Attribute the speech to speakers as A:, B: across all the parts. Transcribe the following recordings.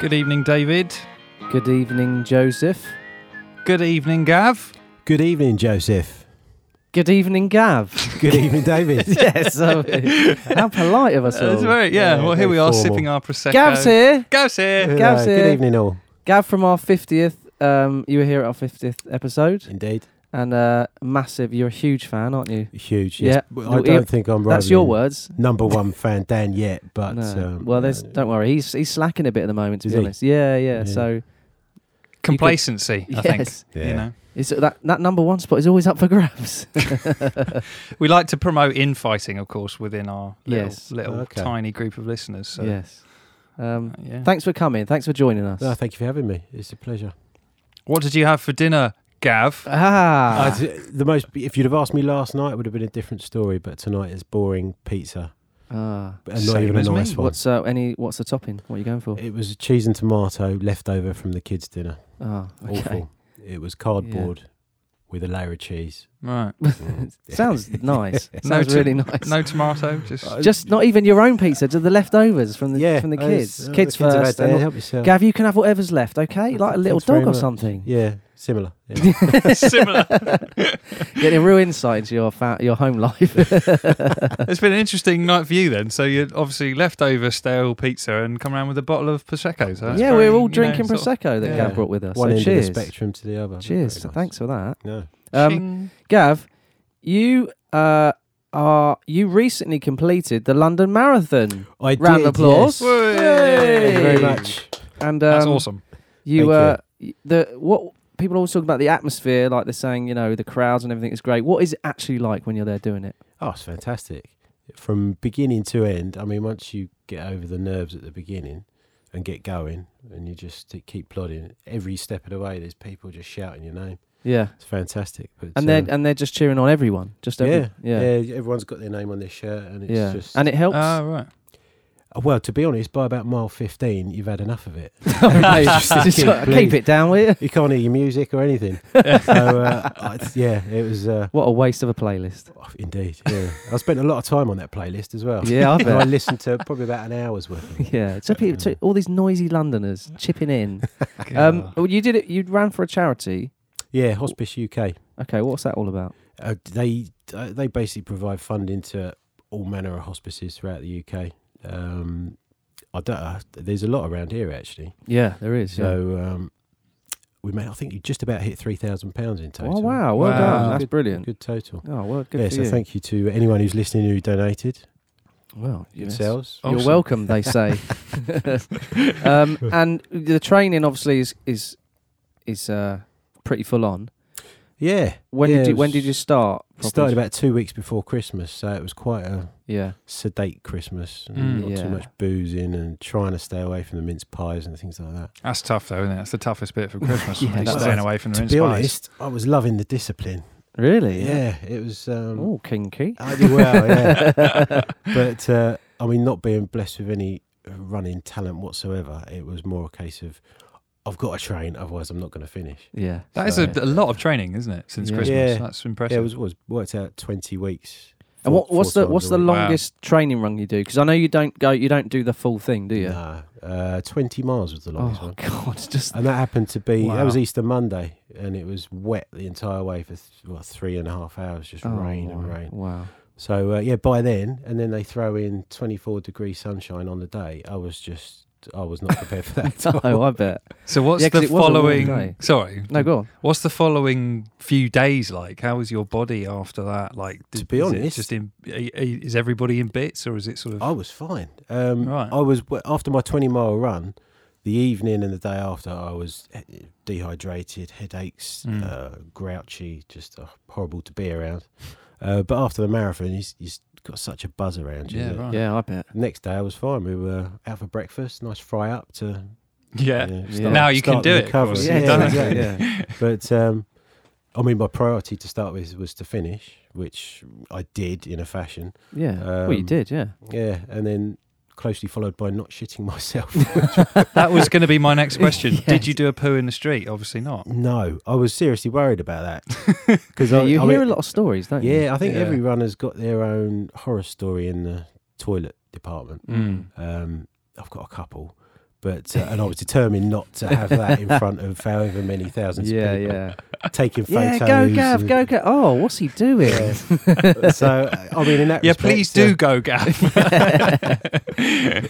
A: Good evening, David.
B: Good evening, Joseph.
A: Good evening, Gav.
C: Good evening, Joseph.
B: Good evening, Gav.
C: Good evening, David.
B: yes, so, how polite of us all.
A: That's right. Uh, Yeah.
C: Yeah,
A: well, here
C: very
A: we are
C: formal.
A: sipping our prosecco.
B: Gav's here.
A: Gav's here.
C: Hello,
B: Gav's here.
C: Good evening, all.
B: Gav from our 50th. Um, you were here at our 50th episode.
C: Indeed.
B: And uh, massive, you're a huge fan, aren't you?
C: Huge. Yes.
B: Yeah.
C: But
B: No,
C: I
B: yeah,
C: don't think I'm right.
B: That's your words.
C: Number one fan, Dan, yet, but.
B: No.
C: Um,
B: well, there's,
C: uh,
B: don't worry. He's he's slacking a bit at the moment, to
C: Is
B: be
C: he?
B: honest. Yeah, yeah.
C: Yeah.
B: So,
A: Complacency, I think.
B: yes.
A: You know.
B: It's, uh, that, that number one spot is always up for grabs.
A: We like to promote infighting, of course, within our little,
B: Yes.
A: little
C: Okay.
A: tiny group of listeners. So, uh,
B: Yes. Um,
A: yeah.
B: Thanks for coming. Thanks for joining us.
C: No, thank you for having me. It's a pleasure.
A: What did you have for dinner, Gav?
B: ah.
C: I d- the most, if you'd have asked me last night, it would have been a different story. But tonight is boring pizza,
B: ah.
C: and not
A: Same
C: even a
A: as me.
C: nice one.
B: What's uh, any? What's the topping? What are you going for?
C: It was cheese and tomato left over from the kids' dinner.
B: Oh, okay.
C: Awful. It was cardboard with a layer of cheese.
A: Right.
C: Mm.
B: Sounds nice.
A: No
B: Sounds
A: to-
B: really nice.
A: No tomato. Just
C: Uh,
B: Just not even your own pizza, just the leftovers from the
C: yeah,
B: from the
C: I
B: kids.
C: was- uh,
B: kids
C: the have had
B: first. and
C: to
B: all-
C: help yourself.
B: Gav, you can have whatever's left, okay? Like a little
C: Thanks very
B: dog or
C: much.
B: something.
C: Yeah, similar. Yeah.
A: similar.
B: Getting a real insight into your fa- your home life.
A: It's been an interesting night for you then. So you obviously left over stale pizza and come around with a bottle of prosecco. So that's
B: yeah,
A: very,
B: we're all
A: you know,
B: drinking
A: sort of-
B: prosecco that
A: yeah.
B: Gav brought with us.
C: One
B: so
C: end
B: cheers.
C: of the spectrum to the other.
B: Cheers.
C: Very nice.
B: Thanks for that.
C: No.
B: Um,
A: Ching.
B: Gav, you uh, are you recently completed the London Marathon,
C: I
B: Round of
C: did,
B: applause.
C: yes.
A: Whey.
C: Thank you very
B: Hey.
C: much.
B: and um,
A: That's awesome.
B: You,
C: Thank
B: uh, y- the what people always talk about the atmosphere, like they're saying, you know, the crowds and everything is great. What is it actually like when you're there doing it?
C: Oh, it's fantastic. From beginning to end, I mean, once you get over the nerves at the beginning and get going and you just keep plodding, every step of the way, there's people just shouting your name.
B: Yeah,
C: It's fantastic. But,
B: and
C: uh,
B: they're and they're just cheering on everyone, just every,
C: yeah,
B: yeah, Um, yeah,
C: yeah, everyone's got their name on their shirt, and it's just.
B: and it helps.
A: Ah, right.
C: well, to be honest, by about mile fifteen, you've had enough of it.
B: Right.
C: Just to
B: Just
C: keep
B: sort of
C: pleased.
B: keep it down, will you?
C: You can't hear your music or anything. so uh, I- yeah, it was uh, oh,
B: What a waste of a playlist.
C: indeed. Yeah, I spent a lot of time on that playlist as well.
B: Yeah, I
C: And I
B: bet.
C: listened to probably about an hour's worth. Of it.
B: yeah, so people, so all these noisy Londoners chipping in. Um,
A: Um,
B: well, you did it. You ran for a charity.
C: Yeah, Hospice UK.
B: Okay, what's that all about?
C: Uh, they uh, they basically provide funding to all manner of hospices throughout the UK. Um, I don't, uh, there's a lot around here actually.
B: Yeah, there is.
C: So um, we made, I think you just about hit three thousand pounds in total.
B: oh wow, well
A: Wow.
B: done. That's
C: Good-
B: brilliant.
C: Good total.
B: Oh well, good
C: yeah,
B: for
C: so
B: you.
C: thank you to anyone who's listening who donated
B: well, yes.
C: yourselves.
A: Awesome.
B: You're welcome, they say. um, and the training obviously is is is uh, pretty full on.
C: Yeah.
B: When
C: yeah,
B: did
C: it
B: you, when
C: was-
B: did you start? properly?
C: Started about two weeks before Christmas, so it was quite a
B: yeah.
C: sedate Christmas. and
A: Mm.
C: Not
B: Yeah.
C: too much boozing and trying to stay away from the mince pies and things like that.
A: That's tough, though, isn't it? That's the toughest bit for Christmas.
B: Yeah,
A: yeah,
B: that's-
A: staying away from the
C: to
A: mince
C: be
A: pies.
C: honest, I was loving the discipline.
B: Really?
C: Yeah, it was. Um,
B: Oh, kinky.
C: I did well, yeah. but uh, I mean, not being blessed with any running talent whatsoever, it was more a case of I've got to train, otherwise I'm not going to finish.
B: Yeah.
A: That is a, a lot of training, isn't it? Since
B: Yeah.
A: Christmas,
C: Yeah.
A: that's
C: Yeah,
A: impressive.
C: it was, was worked out twenty weeks.
B: And
C: four-
B: what, what's
C: four
B: the
C: times
B: what's
C: a
B: the
C: week.
B: longest training run you do? Because I know you don't go, you don't do the full thing, do you?
C: Nah, uh, twenty miles was the longest
B: Oh
C: one.
B: God, just
C: And that happened to be
A: Wow.
C: that was Easter Monday, and it was wet the entire way for th- what, three and a half hours, just
B: oh,
C: rain and
B: wow.
C: rain.
B: Wow.
C: So uh, yeah, by then, and then they throw in twenty-four degree sunshine on the day. I was just, I was not prepared for that. at all.
B: Oh, I bet.
A: So, what's
B: Yeah, 'cause
A: the
B: it was a long
A: following?
B: day.
A: Sorry,
B: No, go on.
A: What's the following few days like? How is your body after that? Like,
C: To
A: d-
C: be
A: is it
C: honest-
A: just in are- are- is everybody in bits or is it sort of?
C: I was fine. Um,
A: Right.
C: I was after my twenty-mile run, the evening and the day after, I was eh, dehydrated, headaches,
A: Mm.
C: uh, grouchy, just uh, horrible to be around. Uh, but after the marathon, you you've got such a buzz around you.
A: yeah,
C: that-
A: right.
B: Yeah, I bet.
C: Next day, I was fine. We were out for breakfast, nice fry up to
A: Yeah.
C: you know,
B: Yeah.
C: start-
A: Now you can
C: start
A: do
C: the
A: it, of
C: recovery.
A: course.
C: Yeah,
A: You've done it.
C: exactly.
B: yeah.
C: But um, I mean, my priority to start with was to finish, which I did in a fashion.
B: yeah. well, you
C: Um,
B: did, yeah.
C: Yeah, and then closely followed by not shitting myself.
A: That was going to be my next question.
B: Yes.
A: Did you do a poo in the street? Obviously not. no.
C: no, I was seriously worried about that because
B: Yeah, you hear a lot of stories, don't you?
C: Yeah, I think
A: Yeah.
C: every runner's got their
A: Mm.
B: Mm.
C: own horror story in the toilet department. Um, I've got a couple, But uh, and I was determined not to have that in front of however many thousands
B: yeah,
C: of people
B: yeah.
C: taking
B: Yeah,
C: photos.
B: go Gav,
C: and-
B: go Gav. Oh, what's he doing?
C: so uh, I mean, in that
A: Yeah,
C: respect,
A: please
C: uh,
A: do go, Gav.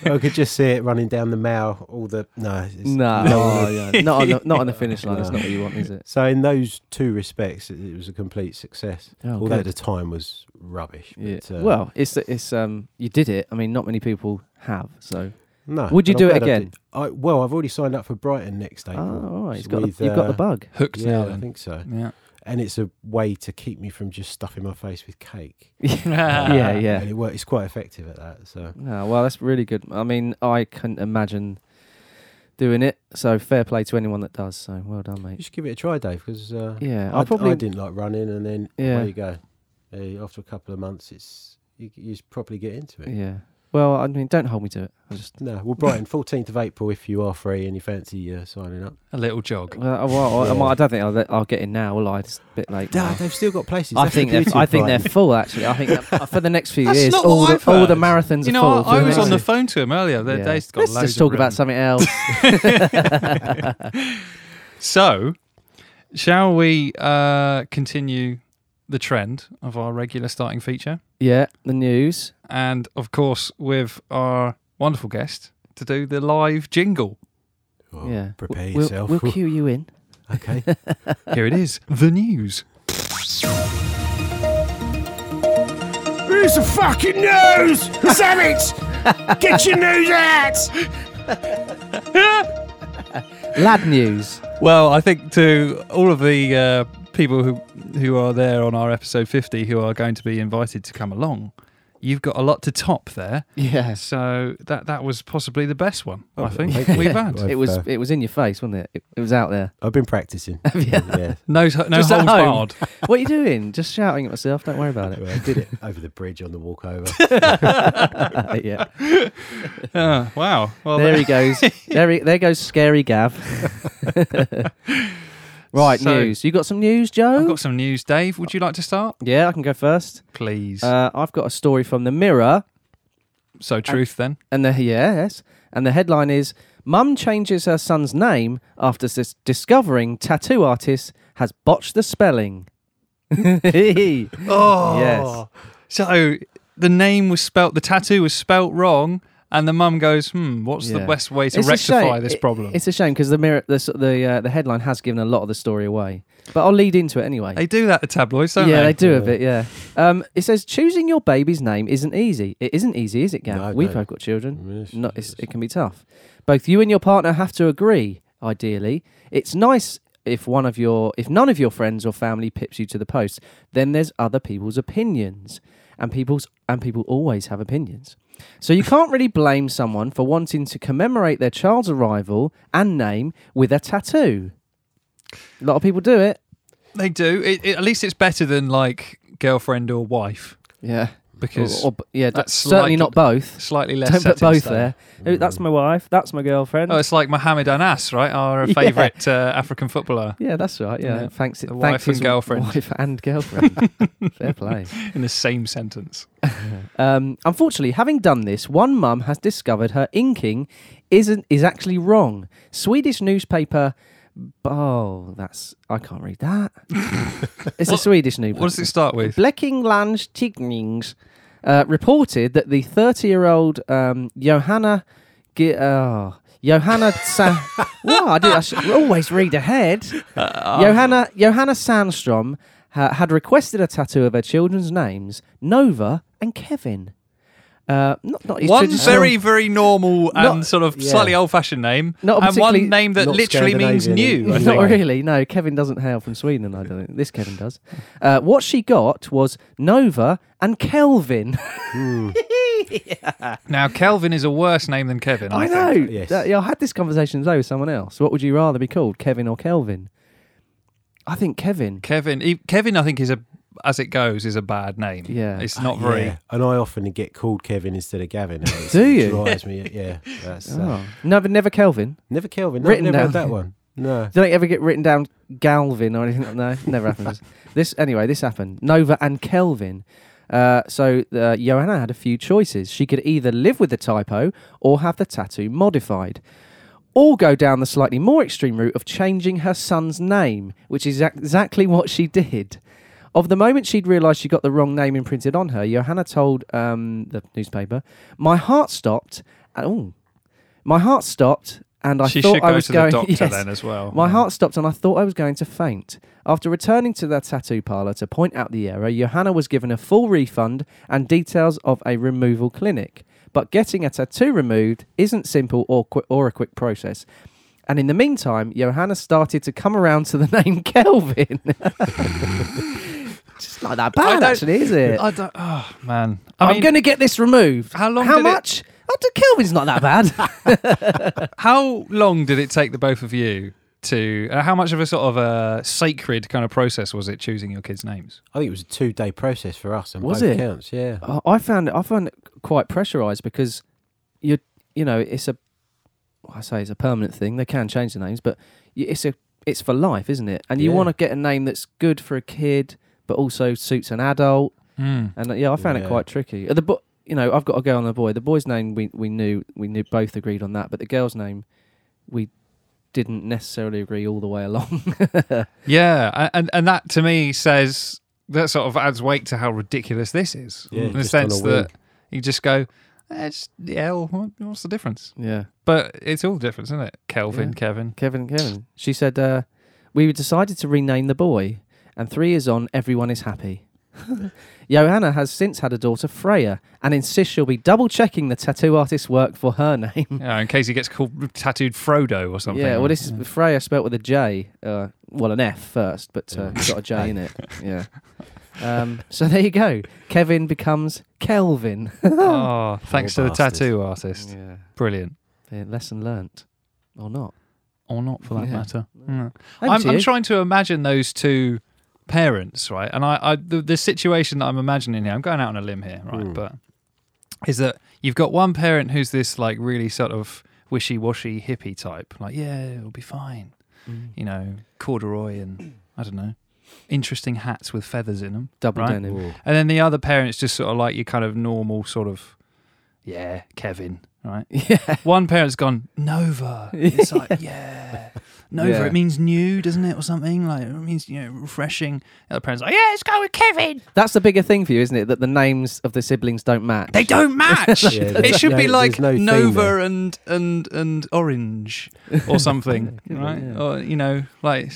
C: I could just see it running down the mall. All the no, it's-
B: no, oh, yeah. not on the, not on the finish line. That's not what you want, is it?
C: So in those two respects, it, it was a complete success.
B: Oh,
C: Although
B: good.
C: the time was rubbish.
B: Yeah.
C: But, uh,
B: well, it's it's um you did it. I mean, not many people have. So
C: no.
B: would you
C: and I'm
B: do it
C: glad I did.
B: again?
C: I, well, I've already signed up for Brighton next
B: Oh,
C: April.
B: all right.
C: It's
B: He's got
C: with,
B: the, you've got the
C: uh,
B: bug.
A: Hooked
C: Yeah,
A: now
C: I
A: then.
C: think so.
A: Yeah.
C: And it's a way to keep me from just stuffing my face with cake.
B: yeah, yeah.
C: And it works. It's quite effective at that. So
B: No, well, that's really good. I mean, I couldn't imagine doing it. So fair play to anyone that does. So well done,
C: you
B: mate.
C: should give it a try, Dave, because uh,
B: Yeah,
C: I,
B: I probably
C: I didn't like running, and then
B: Yeah.
C: there you go. Uh, after a couple of months, it's you, you just properly get into it.
B: Yeah. Well, I mean, don't hold me to it. I just
C: No, well, Brighton, fourteenth of April, if you are free and you fancy uh, signing up.
A: A little jog.
B: well, I, Uh, well, I- I,
C: Yeah.
B: might- I don't think I'll, let- I'll get in now. Will I? It's a bit late. now.
C: Dad, they've still got places.
B: I
C: That's the
B: think they're,
C: beauty
B: I
C: of
B: think they're
C: Brighton.
B: full. Actually, I think that, for the next few
A: That's
B: years,
A: not
B: all
A: what
B: the,
A: I've
B: all the
A: heard.
B: marathons
A: You
B: are
A: know,
B: full. for
A: I, I
B: the
A: was
B: next
A: on the
B: few-
A: phone to him earlier. They,
B: Yeah.
A: Dave's got
B: Let's
A: loads
B: just talk
A: of
B: about
A: written.
B: something else.
A: So, shall we uh, continue the trend of our regular starting feature?
B: yeah, the news.
A: And of course, with our wonderful guest to do the live jingle.
C: Well,
B: yeah,
C: prepare
B: We'll-
C: yourself.
B: We'll, we'll cue you in.
C: okay.
A: Here it is the news.
C: Here's the fucking news. Is that it? Get your news out.
B: Lad news.
A: Well, I think to all of the uh, people who who are there on our episode 50 who are going to be invited to come along, you've got a lot to top there.
B: Yes,
A: So that that was possibly the best one I
C: Oh,
A: think
C: thank you.
A: we've had.
C: Well,
B: it was.
C: uh,
B: It was in your face, wasn't it? It, it was out there.
C: I've been practicing. yeah.
A: No, no holds
B: Just at home.
A: barred.
B: What are you doing? Just shouting at myself. Don't worry about it.
C: Well, I did it over the bridge on the walk over.
B: yeah.
A: Uh, wow. Well,
B: there he goes. There, he, there goes scary Gav. right,
A: So-
B: news. You got some news, Joe?
A: I've got some news, Dave. Would you like to start,
B: yeah, I can go first.
A: please?
B: Uh, I've got a story from the Mirror,
A: so truth then.
B: and the yes, and the headline is: Mum changes her son's name after s- discovering tattoo artist has botched the spelling.
A: Oh,
B: Yes.
A: So the name was spelt, the tattoo was spelt wrong, and the mum goes, "Hmm, what's the
B: Yeah.
A: best way to
B: It's a
A: rectify
B: shame.
A: this
B: It-
A: problem?"
B: It's a shame because the mirror, the s- the, uh, the headline has given a lot of the story away, but I'll lead into it anyway.
A: they do that, the tabloids, don't
B: yeah,
A: they?
B: they do a bit. Yeah. Um, it says choosing your baby's name isn't easy. It isn't easy, is it, Gav?
C: No,
B: We've
C: no.
B: both got children.
C: Yes,
B: Not, it's,
C: yes.
B: it can be tough. Both you and your partner have to agree. Ideally, it's nice if one of your, if none of your friends or family pips you to the post. Then there's other people's opinions, and people's and people always have opinions. So you can't really blame someone for wanting to commemorate their child's arrival and name with a tattoo. A lot of people do it.
A: They do. It, it, at least it's better than like girlfriend or wife
B: Yeah. Or-
A: because
B: or b- yeah, d-
A: that's
B: certainly
A: slight-
B: not both.
A: slightly less.
B: Don't
A: set
B: put
A: in
B: both
A: stone.
B: there.
C: Mm.
B: Oh, That's my wife. That's my girlfriend.
A: Oh, it's like Mohamed Anas, right? Our
B: Yeah.
A: favourite uh, African footballer
B: yeah, that's right. Yeah,
A: Yeah.
B: thanks.
A: The
B: thanks
A: wife and
B: his
A: girlfriend.
B: Wife and girlfriend. Fair play.
A: in the same sentence.
B: Um, unfortunately, having done this, one mum has discovered her inking isn't is actually wrong. Swedish newspaper. Oh, that's I can't read that. it's a
A: What-
B: Swedish newspaper.
A: What does it start with?
B: Bleckinglands Tignings uh, reported that the 30 year old um, Johanna. G- oh, Johanna Sa- Well, I, do, I should always read ahead.
A: Uh,
B: Johanna, Johanna Sandstrom ha- had requested a tattoo of her children's names, Nova and Kevin. Uh, not, not his
A: One
B: traditional-
A: very, very normal and
B: Not-
A: sort of
C: yeah.
A: slightly old-fashioned name,
B: Not
A: and one
B: particularly-
A: name that
C: Not
A: literally means
C: Scandinavian,
A: new. I
C: is it?
A: think.
B: Not really. No, Kevin doesn't hail from Sweden. I don't think this Kevin does. Uh, what she got was Nova and Kelvin.
A: Now, Kelvin is a worse name than Kevin. I,
B: I know.
A: Think.
C: Yes.
B: That- yeah, I had this conversation though with someone else. What would you rather be called, Kevin or Kelvin? I think Kevin.
A: Kevin. e- Kevin, I think is a as it goes is a bad name.
B: Yeah.
A: it's not very.
C: Yeah, And I often get called Kevin instead of Gavin. now, it's-
B: Do
C: it
B: you?
C: Drives me. Yeah. That's, uh,
B: Oh. Never, never Kelvin.
C: Never Kelvin. No,
B: Written
C: never
B: down.
C: had that one. No.
B: Do they ever get written down Galvin or anything? No, never happens. This anyway. This happened. Nova and Kelvin. Uh, so uh, Joanna had a few choices. She could either live with the typo or have the tattoo modified. or go down the slightly more extreme route of changing her son's name, which is ex- exactly what she did. Of the moment she'd realised she got the wrong name imprinted on her, Johanna told um, the newspaper, "My heart stopped. Oh, my heart stopped, and I
A: she
B: thought
A: should go
B: I was
A: to
B: going
A: the doctor
B: yes.
A: then as well.
B: My heart stopped and I thought I was going to faint. After returning to the tattoo parlour to point out the error, Johanna was given a full refund and details of a removal clinic. But getting a tattoo removed isn't simple or, qui- or a quick process. And in the meantime, Johanna started to come around to the name Kelvin. Just not that
A: I
B: bad,
A: don't-
B: actually, is it?
A: I don't. Oh man.
B: I
A: I
B: am
A: mean,
B: going to get this removed.
A: how long?
B: How
A: did it-
B: much? Oh, d- Kelvin's not that bad.
A: how long did it take the both of you to? Uh, how much of a sort of a sacred kind of process was it choosing your kids' names?
C: I think it was a two day process for us on
B: Was
C: both
B: it? Oh,
C: counts. Yeah.
B: I I found it, I found it quite pressurized because you you know it's a well, I say it's a permanent thing. They can change the names, but y- it's a it's for life, isn't it? And you
C: Yeah.
B: want to get a name that's good for a kid, but also suits an adult. And uh, yeah, I found it
C: Yeah.
B: quite tricky. Uh, The bo- you know I've got a girl and a boy. The boy's name we we knew we knew both agreed on that, but the girl's name we didn't necessarily agree all the way along.
A: Yeah, a- and and that to me says that sort of adds weight to how ridiculous this is.
C: Yeah,
A: in the
C: just on a
A: sense
C: whim.
A: that you just go, eh, it's L. what- What's the difference?
B: yeah.
A: But it's all different, isn't it? Kelvin,
B: Yeah.
A: Kevin.
B: Kevin, Kevin. She said, uh, We decided to rename the boy, and three years on, everyone is happy. Johanna has since had a daughter, Freya, and insists she'll be double checking the tattoo artist's work for her name.
A: Yeah, in case he gets called tattooed Frodo or something.
B: yeah, well, this is Freya spelt with a J, uh, well, an F first, but uh,
C: Yeah.
B: it's got a J in it. Yeah. Um, so there you go. Kevin becomes Kelvin.
A: oh, thanks to
C: Poor
A: the
C: bastard.
A: tattoo artist.
B: yeah.
A: Brilliant,
B: Lesson learnt. Or not.
A: or not for that
B: Yeah.
A: matter. Yeah.
B: Over
A: I'm,
B: to
A: I'm
B: you.
A: trying to imagine those two parents, right? And I, I the, the situation that I'm imagining here, I'm going out on a limb here, right?
C: Mm.
A: But is that you've got one parent who's this like really sort of wishy-washy hippie type, like yeah, it'll be fine,
B: Mm.
A: you know, corduroy and I don't know, interesting hats with feathers in them,
B: Double
A: right?
B: denim.
C: Ooh.
A: and then the other parent's just sort of like your kind of normal sort of yeah, Kevin, right?
B: Yeah.
A: One parent's gone Nova. It's like yeah, Nova.
B: Yeah.
A: It means new, doesn't it, or something? Like it means you know refreshing. The other parent's like yeah, let's go with Kevin.
B: That's the bigger thing for you, isn't it? That the names of the siblings don't match.
A: They don't match.
C: Yeah,
A: it
C: there's
A: should be
C: no-
A: like
C: there's no theme
A: Nova
C: there.
A: and and and Orange or something,
B: Yeah,
A: right?
B: yeah.
A: Or you know like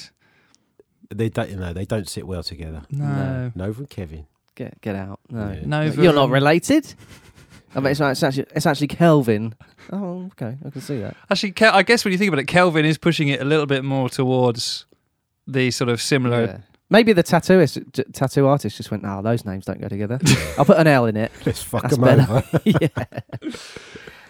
C: They don't, you know, they don't sit well together.
A: no.
C: Nova and Kevin.
B: Get get out. No.
C: Yeah.
A: Nova
B: You're not
A: and-
B: related. I mean, it's, not- it's actually it's actually Kelvin. Oh, okay, I can see that.
A: Actually, Kel- I guess when you think about it, Kelvin is pushing it a little bit more towards the sort of similar
B: Yeah. Maybe the tattooist, j- tattoo artist, just went. Oh, those names don't go together. I'll put an L in it.
C: Let's fuck
B: That's
C: them
B: better.
C: over.
B: yeah.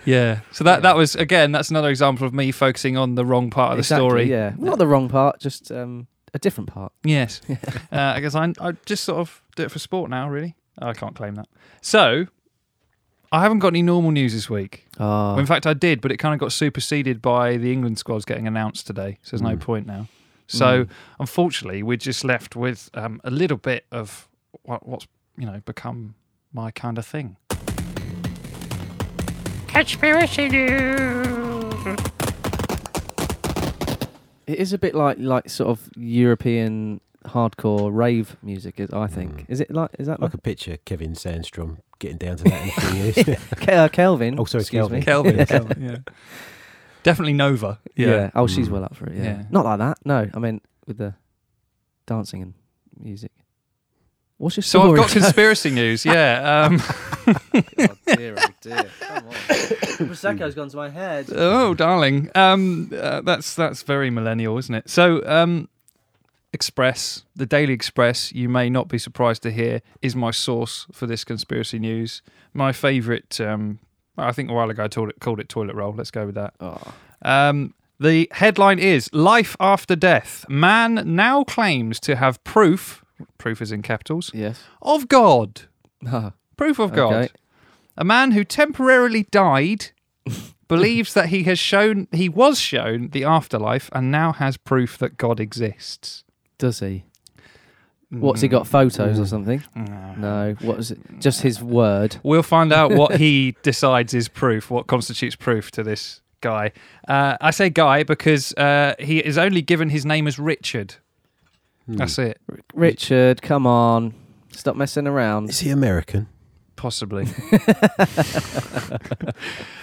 A: Yeah. So that
B: Yeah.
A: that was again. That's another example of me focusing on the wrong part of the
B: Exactly,
A: story.
B: Yeah. Not the wrong part, just um, a different part.
A: Yes. uh, I guess I I just sort of do it for sport now. Really, Oh, I can't claim that. So I haven't got any normal news this week.
B: Oh.
A: In fact, I did, but it kind of got superseded by the England squads getting announced today. So there's no
C: Mm.
A: point now. So
B: Mm.
A: unfortunately, we're just left with um, a little bit of what, what's you know become my kind of thing.
D: Conspiracy news.
B: It is a bit like like sort of European hardcore rave music. is- I think
C: Mm.
B: is it like is that
C: I
B: like
C: can picture Kevin Sandstrom getting down to that in a few years.
B: Ke- uh, Kelvin?
C: Oh, sorry,
B: excuse
C: Kelvin.
B: me.
A: Kelvin, Kelvin, yeah, definitely Nova.
B: Yeah. Oh, she's
C: Mm.
B: well up for it. Yeah.
A: Yeah.
B: Not like that. No, I mean with the dancing and music. What's your
A: So I've
B: story?
A: got conspiracy news. Yeah. Um,
B: dear, oh dear. Come on. Prosecco's gone to my head.
A: oh, darling. Um, uh, that's that's very millennial, isn't it? So, um, Express, the Daily Express. You may not be surprised to hear is my source for this conspiracy news. My favourite. Um, well, I think a while ago I told it, called it toilet roll. Let's go with that.
B: Oh.
A: Um, the headline is Life After Death. Man now claims to have proof, proof is in capitals,
B: Yes.
A: of God.
B: Ah,
A: Proof of God.
B: Okay.
A: A man who temporarily died believes that he has shown he was shown the afterlife and now has proof that God exists.
B: Does he?
C: Mm.
B: What's he got? Photos or something?
A: No.
B: No. What was it? Just his word.
A: We'll find out what he decides is proof, what constitutes proof to this guy. Uh, I say guy because uh, he is only given his name as Richard.
C: Hmm.
A: That's
B: Hmm.
A: it,
B: Richard, come on. Stop messing around.
C: Is he American?
A: possibly.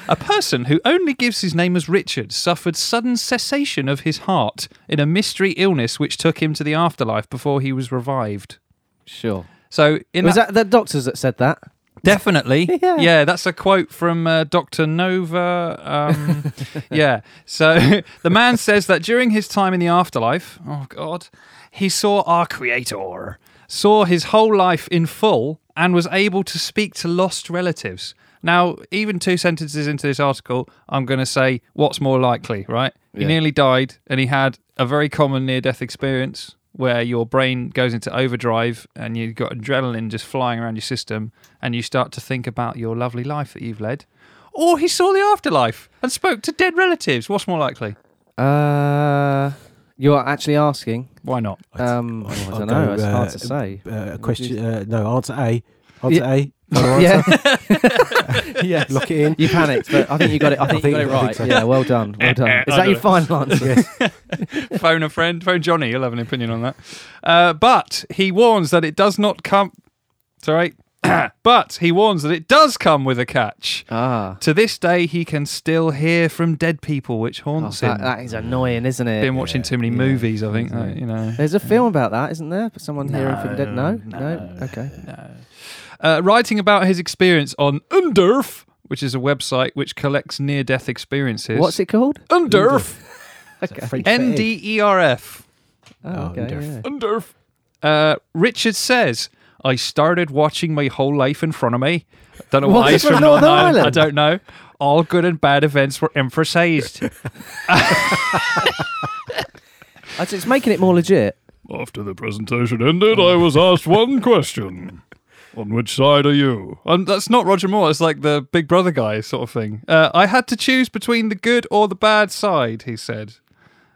A: a person who only gives his name as Richard suffered sudden cessation of his heart in a mystery illness which took him to the afterlife before he was revived.
B: Sure.
A: So in
B: Was
A: that,
B: that the doctors that said that?
A: definitely,
B: Yeah.
A: yeah. that's a quote from uh, Doctor Nova. Um, yeah. So the man says that during his time in the afterlife, oh God, he saw our Creator, saw his whole life in full, and was able to speak to lost relatives. Now, even two sentences into this article, I'm going to say what's more likely, right? He
B: Yeah.
A: nearly died, and he had a very common near death experience where your brain goes into overdrive and you've got adrenaline just flying around your system and you start to think about your lovely life that you've led. Or he saw the afterlife and spoke to dead relatives. What's more likely?
B: Uh, you're actually asking.
A: Why not?
B: Um, oh, I
C: I'll
B: don't
C: go,
B: know. It's hard
C: uh,
B: to say.
C: Uh,
B: do
C: question.
B: you-
C: Uh, no, answer A. Answer A. Final
B: Yeah.
C: answer.
B: yes.
C: Lock it in.
B: You panicked, but I think you got it. I think,
C: think-
B: you got it
C: I
B: right.
C: think so.
B: Yeah. Well done. Well done. Is
A: Eh, I
B: that
A: got
B: your
A: it.
B: final answer?
A: phone a friend, phone Johnny. He'll have an opinion on that. Uh, but he warns that it does not come. Sorry. but he warns that it does come with a catch.
B: Ah.
A: To this day, he can still hear from dead people, which
B: Oh,
A: haunts him.
B: that, that is annoying, isn't it?
A: Been watching too many
B: yeah,
A: movies, I think.
B: isn't
A: uh,
B: it?
A: you know.
B: There's a film about that, isn't there? Someone hearing from dead. No, no.
A: No,
B: Okay.
A: Uh, writing about his experience on Underf, which is a website which collects near-death experiences.
B: What's it called?
A: Underf?
B: Okay.
C: French for
A: N D E R F.
B: Oh, okay.
C: Underf.
B: yeah.
A: Underf. Uh, Richard says, I started watching my whole life in front of me. Don't know
B: What's
A: why he's
B: from
A: from
B: Northern
A: Northern Ireland. I
B: Ireland?
A: don't know. All good and bad events were emphasized.
B: I said It's making it more legit.
E: After the presentation ended, I was asked one question. On which side are you?
A: Um, that's not Roger Moore. It's like the Big Brother guy sort of thing. Uh, I had to choose between the good or the bad side, he said.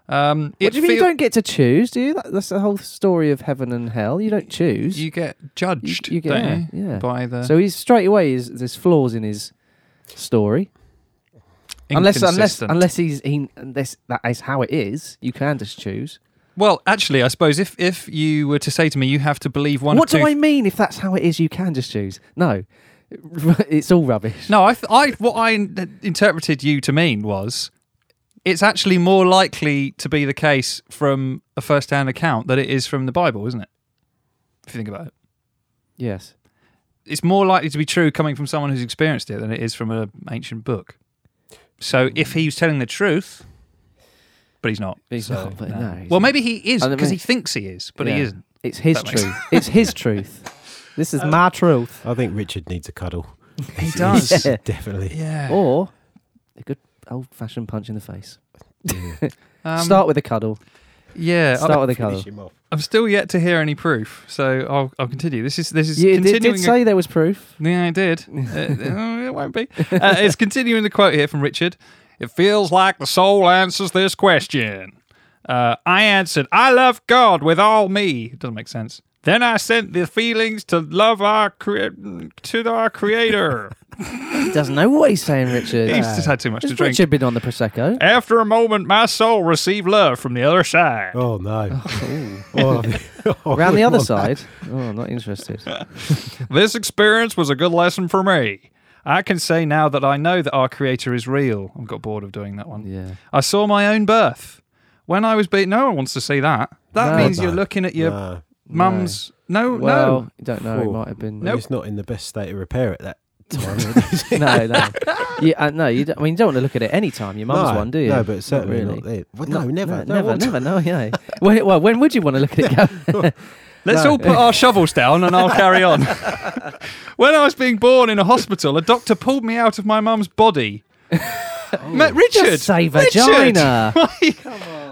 A: Um,
B: What
A: it
B: do you mean you
A: feel-
B: don't get to choose? Do you? That, that's the whole story of heaven and hell. You don't choose.
A: you uh, get judged,
B: you get-
A: don't
B: yeah,
A: you?
B: yeah.
A: By the
B: so he's straight away. Is there's flaws in his story? Unless, unless,
A: inconsistent.
B: unless he's he, unless that is how it is. You can just choose.
A: Well, actually, I suppose if if you were to say to me, you have to believe one.
B: what
A: of
B: do
A: two
B: I mean? If that's how it is, you can just choose. No, it's all rubbish.
A: No, I, th- I what I in- interpreted you to mean was it's actually more likely to be the case from a first-hand account that it is from the Bible, isn't it? If you think about it,
B: Yes.
A: it's more likely to be true coming from someone who's experienced it than it is from an ancient book. So if he was telling the truth, but he's not.
B: He's
A: so,
B: not, but no, he's
A: well,
B: not.
A: maybe he is
B: I don't
A: because he
B: mean-
A: thinks he is, but he
B: Yeah.
A: isn't.
B: It's his
A: That makes- Um,
B: truth. it's his truth. This is my truth.
C: I think Richard needs a cuddle.
A: He does.
B: Yeah.
C: Definitely.
A: Yeah. Oh,
B: Or a good old-fashioned punch in the face.
A: Um,
B: Start with a cuddle.
A: Yeah. I-
B: Start with a cuddle.
C: Finish him off.
A: I'm still yet to hear any proof, so I'll, I'll continue. This is this is
B: You did,
A: continuing.
B: did
A: a-
B: say there was proof.
A: Yeah, I did. Uh, uh, it won't be. Uh, it's continuing the quote here from Richard. It feels like the soul answers this question. Uh, I answered, I love God with all me. It doesn't make sense. Then I sent the feelings to love our crea- to our Creator.
B: He doesn't know what he's saying, Richard.
A: He's just had too much to
B: Has
A: drink.
B: Richard been on the prosecco?
A: After a moment, my soul received love from the other side.
C: Oh no. Oh,
B: Around the other side? Oh, I'm not interested.
A: This experience was a good lesson for me. I can say now that I know that our Creator is real. I've got bored of doing that one.
B: Yeah.
A: I saw my own birth. When I was beat, no one wants to see that. That
B: No.
A: means
C: No.
A: you're looking at your
C: Nah,
A: mum's. No,
B: Well,
A: no.
B: you don't know. It
C: Fool.
B: might have been.
A: Nope.
C: It's not in the best state of repair at that time.
B: no, no. You, uh, no, you don't, I mean, you don't want to look at it any time. Your mum's
C: no,
B: one, do you?
C: No, but certainly
B: really.
C: not there. Well, no,
B: No,
C: never. No,
B: never,
C: what-
B: never, no, yeah. when, well, when would you want to look at it? Gav?
A: Let's all put our shovels down and I'll carry on. when I was being born in a hospital, a doctor pulled me out of my mum's body. Ma- Richard,
B: Just say
A: Richard!
B: vagina.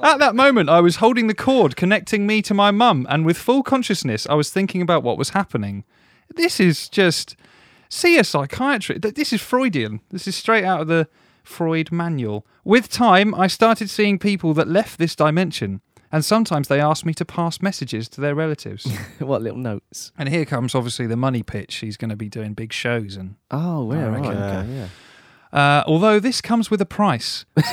A: At that moment, I was holding the cord connecting me to my mum, and with full consciousness, I was thinking about what was happening. This is just see a psychiatrist. Th- This is Freudian. This is straight out of the Freud manual. With time, I started seeing people that left this dimension, and sometimes they asked me to pass messages to their relatives.
B: what little notes?
A: and here comes obviously the money pitch. He's going to be doing big shows and
B: Oh, where?
A: I
B: right,
A: reckon.
B: okay, yeah.
A: Uh, although this comes with a price. that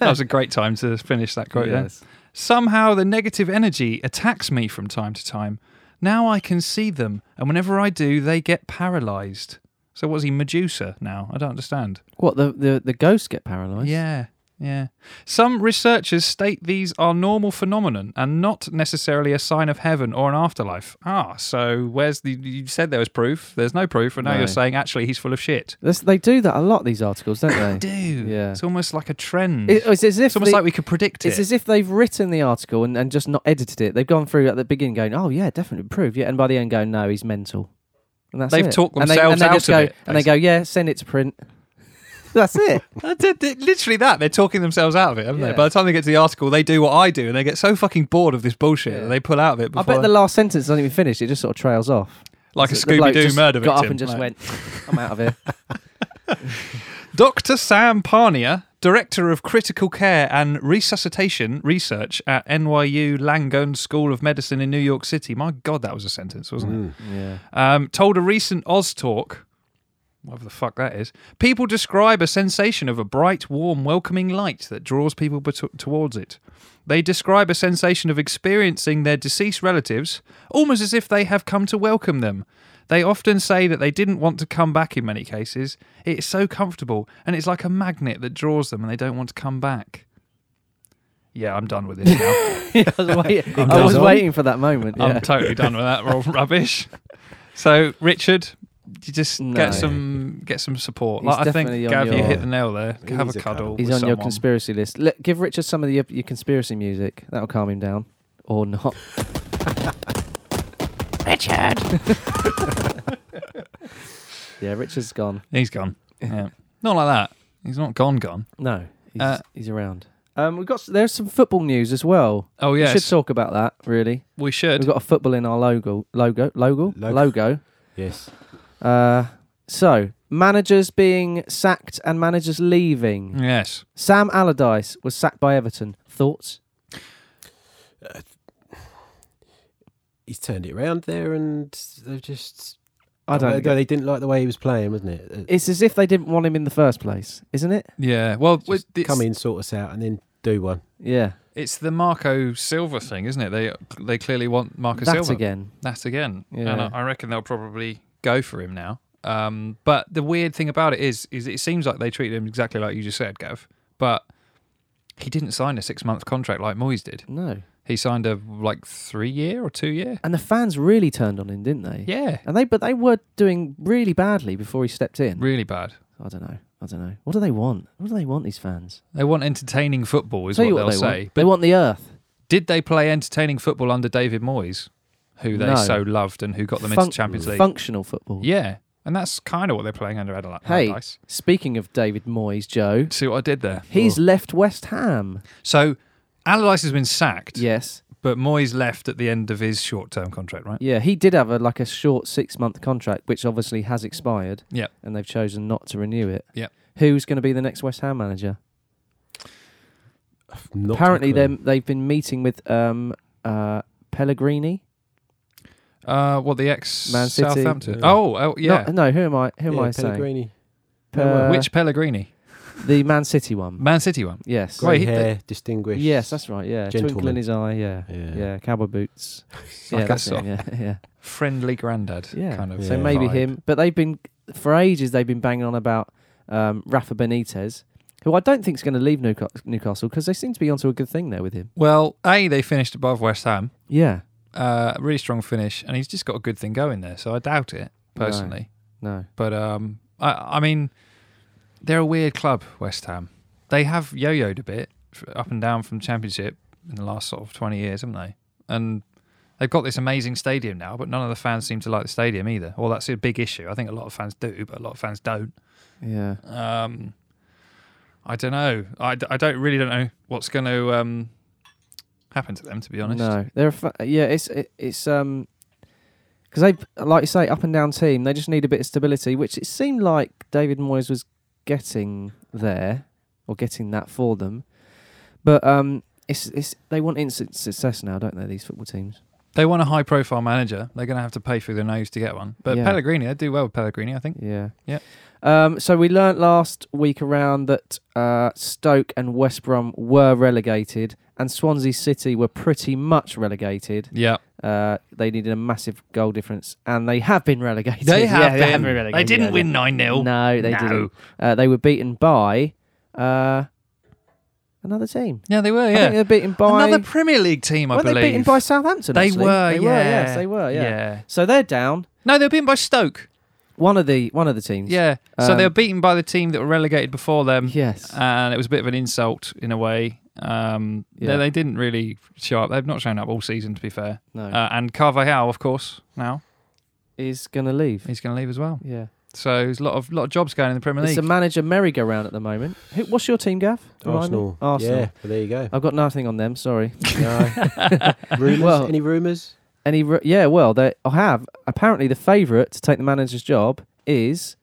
A: was a great time to finish that quote. Then.
B: Yes.
A: Somehow the negative energy attacks me from time to time. Now I can see them, and whenever I do, they get paralyzed. So what's he Medusa now? I don't understand.
B: What the, the the ghosts get paralysed?
A: Yeah, yeah. Some researchers state these are normal phenomenon and not necessarily a sign of heaven or an afterlife. Ah, so where's the? You said there was proof. There's no proof, and now
B: No.
A: you're saying actually he's full of shit.
B: This, they do that a lot. These articles, don't
A: Do
B: they? Yeah.
A: It's almost like a trend.
B: It- oh, it's as if
A: it's almost
B: the-
A: like we could predict
B: it's
A: it.
B: as if they've written the article and, and just not edited it. They've gone through at the beginning going, oh yeah, definitely improve, yeah, and by the end going, no, he's mental. And that's
A: They've
B: it.
A: talked
B: and they,
A: themselves
B: and they
A: out
B: just
A: of
B: go,
A: it,
B: And they go, yeah, send it to print. that's it.
A: uh, Literally that they're talking themselves out of it, haven't
B: Yeah.
A: they? By the time they get to the article, they do what I do, and they get so fucking bored of this bullshit
B: Yeah.
A: that they pull out of it.
B: I
A: Before
B: bet the last sentence doesn't even finish. It just sort of trails off.
A: like a
B: The bloke
A: Scooby Doo
B: just
A: murder
B: Got
A: victim.
B: up and just
A: like-
B: went, I'm out of here.
A: Dr. Sam Parnia, Director of Critical Care and Resuscitation Research at NYU Langone School of Medicine in New York City. My God, that was a sentence,
C: Mm.
A: wasn't
B: Mm.
A: it?
B: yeah.
A: Um, told a recent Oz talk, whatever the fuck that is, people describe a sensation of a bright, warm, welcoming light that draws people bet- towards it. They describe a sensation of experiencing their deceased relatives almost as if they have come to welcome them. They often say that they didn't want to come back in many cases. It's so comfortable and it's like a magnet that draws them and they don't want to come back. Yeah, I'm done with this now.
B: I was, wait- I
C: goes
B: was
C: on.
B: waiting for that moment. Yeah.
A: I'm totally done with that r- rubbish. So Richard, you just
B: No.
A: get some get some support.
B: He's
A: like I think
B: definitely on
A: Gav, you
B: your-
A: hit the nail there.
C: He
A: Have a
C: needs a
A: cuddle.
C: cuddle.
B: He's
A: with
B: on your
A: someone.
B: conspiracy list. Let, give Richard some of your, your conspiracy music. That'll calm him down. Or not.
D: Richard.
B: Yeah, Richard's gone.
A: He's gone. Yeah. not like that. He's not gone. Gone.
B: No, he's,
A: Uh,
B: he's around. Um, we've got s- there's some football news as well.
A: Oh
B: We
A: yes,
B: should talk about that. Really,
A: we should.
B: we've got a football in our logo, logo, logo,
C: Logo.
B: logo.
C: Yes.
B: Uh, so managers being sacked and managers leaving.
A: yes.
B: Sam Allardyce was sacked by Everton. Thoughts?
C: He's turned it round there and they've just.
B: I don't.
A: Uh,
C: They,
B: know.
C: they didn't like the way he was playing, wasn't it? Uh,
B: It's as if they didn't want him in the first place, isn't it?
A: Yeah. Well,
C: just
A: it's,
C: come in, sort us out, and then do one.
B: Yeah,
A: it's the Marco Silva thing, isn't it? They they clearly want Marco
B: that
A: Silva.
B: again.
A: that again.
B: Yeah.
A: And I, I reckon they'll probably go for him now. Um, but the weird thing about it is, is it seems like they treated him exactly like you just said, Gav. But he didn't sign a six-month contract like Moyes did.
B: No,
A: He signed a like three-year or two-year.
B: and the fans really turned on him, didn't they?
A: Yeah,
B: And they, but they were doing really badly before he stepped in.
A: really bad.
B: I don't know. I don't know. What do they want? What do they want? These fans.
A: They want entertaining football, is
B: Tell
A: what
B: you
A: they'll
B: what they
A: say.
B: want.
A: But
B: they want the earth.
A: did they play entertaining football under David Moyes, who they
B: No.
A: so loved and who got them
B: Func-
A: into Champions League?
B: Functional football.
A: yeah, and that's kind of what they're playing under Adelaide.
B: Hey, speaking of David Moyes, Joe,
A: see what I did there?
B: he's left West Ham.
A: So Allardyce has been sacked.
B: Yes.
A: But Moyes left at the end of his short-term contract, right?
B: Yeah, he did have a like a short six month contract, which obviously has expired.
A: Yep.
B: And they've chosen not to renew it.
A: Yep.
B: Who's going to be the next West Ham manager?
C: Not
B: Apparently,
C: tackling.
B: them they've been meeting with um uh Pellegrini.
A: Uh, what the ex
B: Man City.
A: Southampton?
C: Yeah.
A: Oh, oh, yeah.
B: No, no, who am I? Who am
C: Yeah,
B: I saying?
C: Pellegrini.
B: Uh,
A: Which Pellegrini?
B: The Man City one.
A: Man City one.
B: yes.
A: Great.
C: Grey
A: he-
C: hair, distinguished.
B: Yes, that's right. Yeah, twinkle in
C: Gentleman.
B: his eye. Yeah, yeah,
C: Yeah.
B: cowboy boots. yeah,
A: Like a
B: that's it.
A: sort
B: Yeah, yeah,
A: friendly granddad.
B: yeah.
A: Kind of.
B: so
C: Yeah.
B: maybe
A: vibe.
B: him, but they've been for ages. They've been banging on about um, Rafa Benitez, who I don't think's going to leave Newca- Newcastle because they seem to be onto a good thing there with him.
A: Well, a they finished above West Ham.
B: Yeah.
A: Uh, really strong finish, and he's just got a good thing going there. So I doubt it personally.
B: No.
A: But um, I, I mean, they're a weird club, West Ham. They have yo-yoed a bit f- up and down from Championship in the last sort of twenty years, haven't they? And they've got this amazing stadium now, but none of the fans seem to like the stadium either. Well, that's a big issue. I think a lot of fans do, but a lot of fans don't.
B: Yeah.
A: Um, I don't know. I, d- I don't really don't know what's going to um, happen to them, to be honest.
B: No. They're a fa- yeah. It's it, it's um because they like you say up and down team. They just need a bit of stability, which it seemed like David Moyes was getting there or getting that for them, but um. It's, it's, they want instant success now, don't they? These football teams.
A: They want a high-profile manager. They're going to have to pay through their nose to get one. But
B: Yeah.
A: Pellegrini, they do well with Pellegrini, I think.
B: Yeah.
A: Yep.
B: Um, so we learnt last week around that uh, Stoke and West Brom were relegated, and Swansea City were pretty much relegated.
A: Yeah,
B: Uh, they needed a massive goal difference, and they have been relegated.
A: they have.
B: Yeah,
A: been.
B: They, have been relegated.
A: They didn't
B: yeah,
A: win nine 0
B: No, they
A: No.
B: didn't. Uh, they were beaten by uh, another team.
A: Yeah, they were.
B: I think
A: Yeah,
B: they were beaten by
A: another Premier League team. I
B: were they
A: believe
B: beaten by Southampton?
A: They
B: actually?
A: were. yeah.
B: They were. Yes, they were. Yeah. So they're down.
A: No, they were beaten by Stoke.
B: One of the one of the teams.
A: Yeah. so they
B: Um,
A: were beaten by the team that were relegated before them.
B: Yes.
A: and it was a bit of an insult in a way. Um, they-
B: Yeah.
A: they, didn't really show up. They've not shown up all season, to be fair.
B: no.
A: Uh, and Carvajal, of course, now
B: is gonna leave.
A: he's going to leave as well.
B: Yeah.
A: So there's a lot of lot of jobs going in the Premier
B: It's
A: League.
B: a manager merry-go-round at the moment. Who, what's your team, Gav? Remind me.
C: Arsenal.
B: Arsenal.
C: Yeah, but there you go.
B: I've got nothing on them. Sorry.
C: rumours?
B: Well-
C: Any rumours?
B: Any? Re- yeah. Well, they I have. Apparently, the favourite to take the manager's job is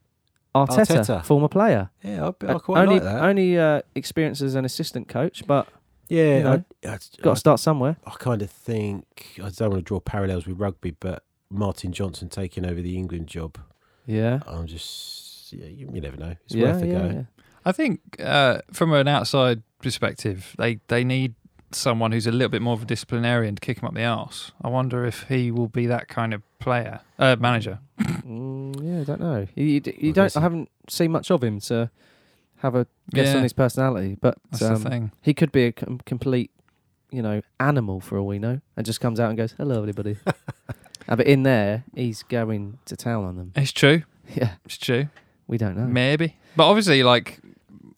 B: Arteta,
C: Arteta.
B: former player.
C: Yeah, I, I
B: Uh,
C: quite
B: only
C: like that.
B: only uh, experienced as an assistant coach, but
C: yeah,
B: you know,
C: I, I,
B: got to start somewhere.
C: I kind of think I don't want to draw parallels with rugby, but Martin Johnson taking over the England job.
B: Yeah.
C: I'm just yeah, you, you never know. It's
B: yeah,
C: worth a
B: yeah,
C: go.
B: yeah.
A: I think uh, from an outside perspective, they they need someone who's a little bit more of a disciplinarian to kick him up the arse. I wonder if he will be that kind of player, uh, manager.
B: Mm, yeah, I don't know. You, you, d- you
C: Well,
B: don't.
C: listen.
B: I haven't seen much of him to have a guess
A: Yeah.
B: on his personality, but
A: That's the
B: um,
A: thing.
B: he could be a com- complete, you know, animal for all we know, and just comes out and goes, "Hello, everybody." Uh, but in there, he's going to town on them.
A: It's true.
B: Yeah,
A: It's true.
B: we don't know.
A: Maybe, but obviously, like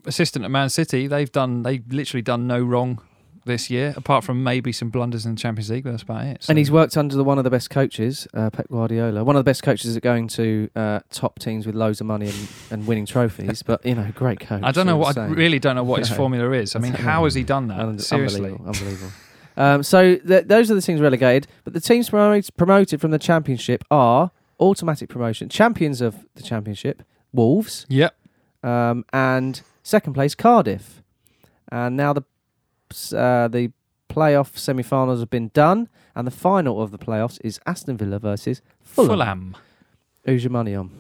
A: assistant at Man City, they've done they have literally done no wrong this year, apart from maybe some blunders in the Champions League. But that's about it. So-
B: And he's worked under the, one of the best coaches, uh, Pep Guardiola. One of the best coaches at going to uh, top teams with loads of money and, and winning trophies. But you know, great coach.
A: I don't know
B: all
A: what
B: the
A: I
B: same.
A: really don't know what his
B: No.
A: formula is. I mean, how has he done that?
B: Un-
A: Seriously,
B: Unbelievable. unbelievable. um, so th- those are the teams relegated, but the teams promoted, promoted from the championship are automatic promotion champions of the championship, Wolves,
A: yep.
B: um, and second place Cardiff. And now the uh, the playoff semi-finals have been done, and the final of the playoffs is Aston Villa versus Fulham.
A: Fulham.
B: Who's your money on?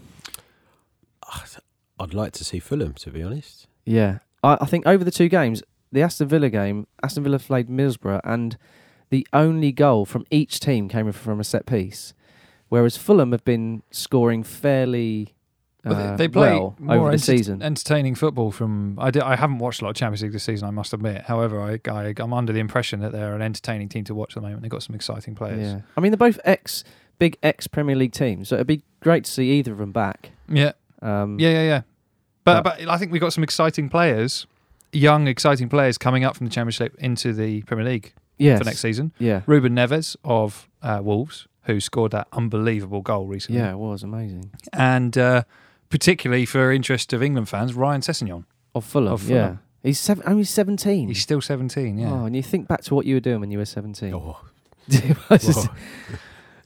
C: I'd like to see Fulham to be honest.
B: Yeah, I, I think over the two games, the Aston Villa game, Aston Villa played Middlesbrough, and the only goal from each team came from a set piece, whereas Fulham have been scoring fairly uh,
A: Well, they, they play
B: well
A: more
B: over the
A: enter-
B: season.
A: entertaining football. From I, di- I haven't watched a lot of Champions League this season, I must admit. However, I, I I'm under the impression that they're an entertaining team to watch at the moment. They've got some exciting players.
B: yeah, I mean they're both ex big ex Premier League teams, so it'd be great to see either of them back.
A: yeah,
B: Um,
A: yeah, yeah. yeah. But, but I think we've got some exciting players, young exciting players coming up from the Championship into the Premier League
B: yes,
A: for next season.
B: Yeah,
A: Ruben Neves of uh, Wolves, who scored that unbelievable goal recently,
B: yeah, it was amazing.
A: and uh, particularly for interest of England fans, Ryan Sessegnon.
B: Of Fulham,
A: Of Fulham.
B: yeah, he's seven, only seventeen.
A: He's still 17. Yeah,
B: Hmm. Oh, and you think back to what you were doing when you were seventeen.
C: Oh,
B: It was just-
C: whoa,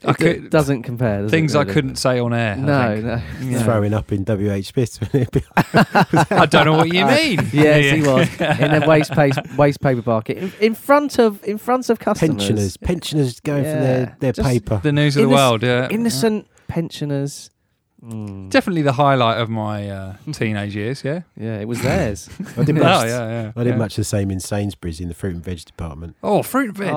A: I
B: It do-
A: could-
B: doesn't compare. Does
A: things
B: it,
A: I
B: really?
A: couldn't say on air. I
B: No,
A: think.
B: no.
A: Yeah.
C: throwing up in WH Smith. wouldn't it be-
A: I don't know what you mean.
B: Yes, he was in a waste pa- waste paper market in, in front of in front of customers.
C: pensioners, pensioners going for
B: Yeah,
C: their their
B: just
C: paper.
A: The news of
B: In
A: the
B: this-
A: world. Yeah,
B: innocent pensioners. Mm.
A: Definitely the highlight of my uh, teenage years. Yeah.
B: Yeah, it was theirs.
C: I did
A: Oh
C: much.
A: yeah, yeah.
C: I did
A: yeah.
C: much the same in Sainsbury's in the fruit and veg department.
A: Oh, fruit and veg.
B: oh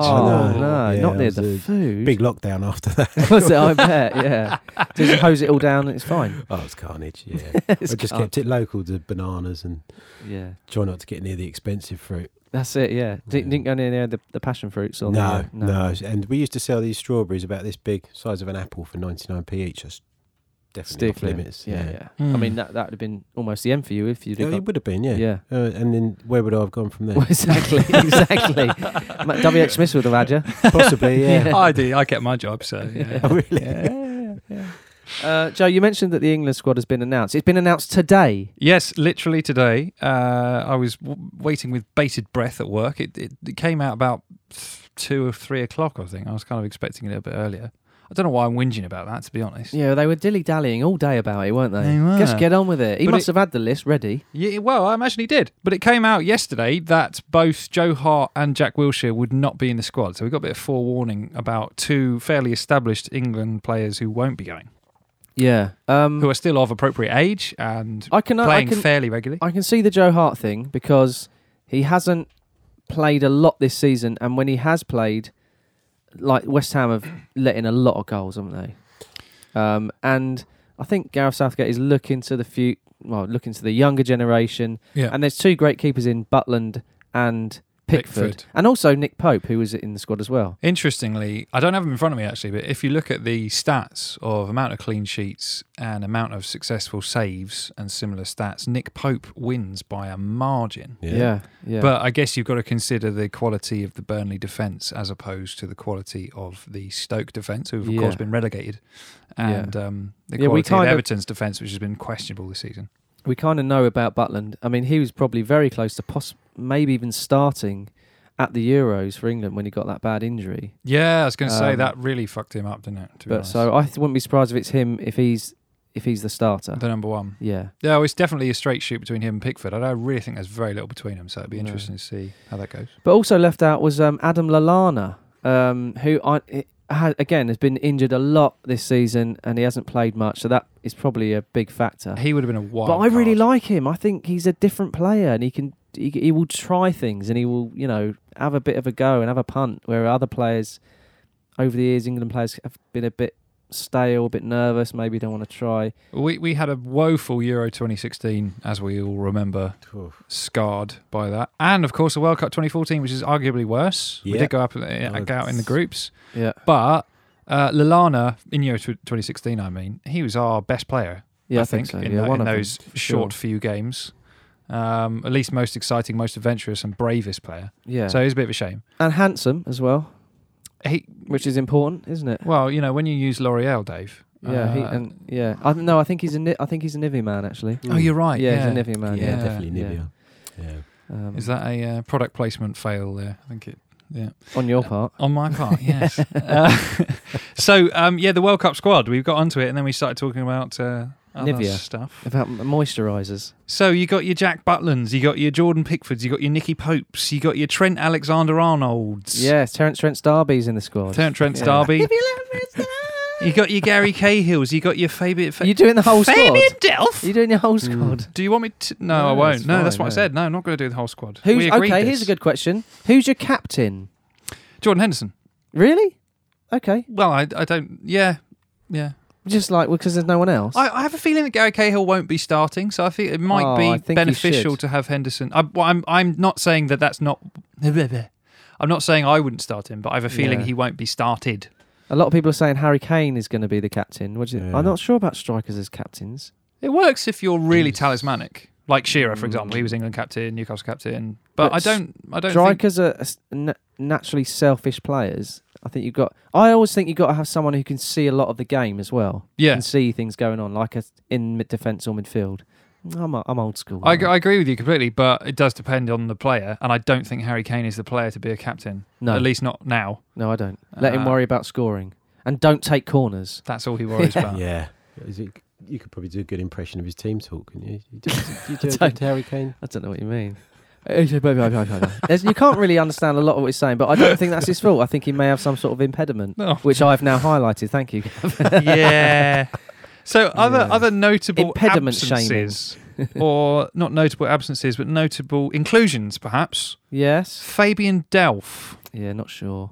C: know.
B: no,
C: Yeah,
B: not
C: it
B: near
C: was
B: the
C: a
B: food.
C: Big lockdown after that.
B: was it? I bet. Yeah, just hose it all down and it's fine.
C: Oh, it's carnage. Yeah, I
B: It's
C: just
B: gone.
C: kept it local to bananas and
B: Yeah,
C: try not to get near the expensive fruit.
B: that's it. Yeah, Di-
C: Yeah.
B: didn't go near, near the, the passion fruits or
C: No,
B: the,
C: no, And we used to sell these strawberries about this big, size of an apple, for 99p each. That's definitely off
B: stick
C: limits. Oh,
B: limits. Yeah, yeah. I
A: Hmm.
B: mean that that would have been almost the end for you if you'd
C: Yeah,
B: have
C: it
B: got-
C: would have been, yeah.
B: yeah.
C: Uh, and then where would I have gone from
B: Well,
C: there?
B: exactly, exactly. Ma- WH Smith would have had you.
C: Possibly, yeah.
A: I did. I kept my job. So yeah.
C: Oh, really?
A: Yeah, yeah.
B: Uh, Joe, you mentioned that the England squad has been announced. It's been announced today.
A: Yes, literally today. Uh, I was w- waiting with bated breath at work. It, it, it came out about th- two or three o'clock, I think. I was kind of expecting it a bit earlier. I don't know why I'm whinging about that, to be honest.
B: Yeah, they were dilly dallying all day about it, weren't they?
A: They were.
B: Just get on with it. He
A: But
B: must
A: it-
B: have had the list ready.
A: Yeah, well, I imagine he did. But it came out yesterday that both Joe Hart and Jack Wilshire would not be in the squad. So we got a bit of forewarning about two fairly established England players who won't be going.
B: Yeah. Um,
A: who are still of appropriate age and
B: I can I
A: playing
B: can
A: fairly regularly.
B: I can see the Joe Hart thing because he hasn't played a lot this season, and when he has played, like West Ham have let in a lot of goals, haven't they? Um, and I think Gareth Southgate is looking to the few, well, looking to the younger generation.
A: Yeah.
B: And there's two great keepers in Butland and Pickford,
A: Pickford.
B: and also Nick Pope, who was in the squad as well.
A: Interestingly, I don't have them in front of me actually, but if you look at the stats of amount of clean sheets and amount of successful saves and similar stats, Nick Pope wins by a margin.
B: Yeah, yeah.
A: But I guess you've got to consider the quality of the Burnley defence as opposed to the quality of the Stoke defence, who've of
B: Yeah.
A: course been relegated,
B: Yeah.
A: and um, the
B: Yeah, we
A: quality of
B: kind of-
A: Everton's defence, which has been questionable this season.
B: we kind of know about Butland. I mean, he was probably very close to poss- maybe even starting at the Euros for England when he got that bad injury.
A: Yeah, I was going to say
B: Um,
A: that really fucked him up, didn't it? To be
B: But
A: honest.
B: so I th- wouldn't be surprised if it's him if he's if he's the starter.
A: the number one.
B: yeah,
A: Yeah, well, it's definitely a straight shoot between him and Pickford. I don't really think there's very little between them, so it'd be
B: No.
A: interesting to see how that goes.
B: but also left out was um, Adam Lallana, um, who I it, ha again has been injured a lot this season and he hasn't played much, so that is probably a big factor.
A: He would have been a wild.
B: Uh, but I really
A: card.
B: like him. I think he's a different player, and he can he, he will try things, and he will you know have a bit of a go and have a punt. Where other players over the years, England players have been a bit stale, a bit nervous, maybe don't want to try.
A: We we had a woeful Euro 2016, as we all remember,
C: Cool.
A: scarred by that, and of course the World Cup 2014, which is arguably worse. We
C: Yeah.
A: did go up uh, go out in the groups,
B: Yeah,
A: but uh, Lallana in Euro tw 2016, I mean, he was our best player.
B: yeah,
A: I, think,
B: so.
A: in,
B: yeah,
A: tho-
B: one
A: in
B: of them,
A: those
B: for
A: short
B: sure.
A: few games. Um, at least most exciting, most adventurous, and bravest player.
B: Yeah,
A: So it was a bit of a shame.
B: and handsome as well,
A: He
B: which is important, isn't it?
A: Well, you know, when you use L'Oreal, Dave.
B: Yeah, he,
A: uh,
B: and yeah, I, no, I think he's a Ni- I think he's a Nivy man actually.
A: oh, you're right.
B: yeah,
A: Yeah,
B: he's a Nivy man.
C: Yeah,
B: Yeah,
C: definitely
B: yeah.
C: Nivea. Yeah.
B: Um,
A: Is that a uh, product placement fail there? I think it. Yeah,
B: on your part?
A: on my part, yes. uh, so, um, yeah, the World Cup squad. We've got onto it, and then we started talking about uh, other
B: Nivea.
A: stuff.
B: About m- moisturisers.
A: So you got your Jack Butlins, you got your Jordan Pickfords, you got your Nicky Popes, you got your Trent Alexander Arnolds.
B: Yes, Terence Trent's Derby's in the squad.
A: Trent Trent's
B: Yeah.
A: Derby. you got your Gary Cahills, you got your Fabian. Fa-
B: Are you doing the whole squad?
A: Fabian Delph.
B: You're doing your whole squad.
A: Do you want me to? No,
B: No,
A: I won't.
B: it's
A: no, that's
B: fine,
A: what I
B: no.
A: said. No, I'm not going to do the whole squad.
B: Who's
A: We agreed
B: okay?
A: this.
B: Here's a good question. Who's your captain?
A: Jordan Henderson.
B: Really? Okay.
A: Well, I, I don't. Yeah, yeah.
B: Just like because there's no one else.
A: I, I have a feeling that Gary Cahill won't be starting, so I think it might
B: Oh, I
A: be
B: think you
A: beneficial
B: should.
A: to have Henderson. I, well, I'm I'm not saying that that's not. I'm not saying I wouldn't start him, but I have a feeling
B: Yeah.
A: he won't be started.
B: a lot of people are saying Harry Kane is going to be the captain. What do you,
C: Yeah.
B: I'm not sure about strikers as captains.
A: It works if you're really
C: Yes.
A: talismanic, like Shearer, for example. He was England captain, Newcastle captain, but,
B: Mm. But
A: I don't. I don't. Think,
B: Strikers are s- na- naturally selfish players. I think you've got. I always think you've got to have someone who can see a lot of the game as well
A: yeah,
B: and see things going on, like a, in mid defence or midfield. I'm, I'm old school.
A: I,
B: right?
A: I agree with you completely, but it does depend on the player, and I don't think Harry Kane is the player to be a captain.
B: no,
A: At least not now.
B: no, I don't. Let him
A: Uh,
B: worry about scoring and don't take corners.
A: That's all he worries about.
C: Yeah. Is it, you could probably do a good impression of his team talk, couldn't you? You do, you do a
B: Don't-
C: good Harry Kane.
B: I don't know what you mean. There's- you can't really understand a lot of what he's saying, but I don't think that's his fault. I think he may have some sort of impediment,
A: No.
B: which I've now highlighted. Thank you.
A: yeah. So other
B: Yeah.
A: other notable
B: Impediment
A: absences, or not notable absences, but notable inclusions, perhaps.
B: Yes.
A: Fabian Delph.
B: Yeah. Not sure.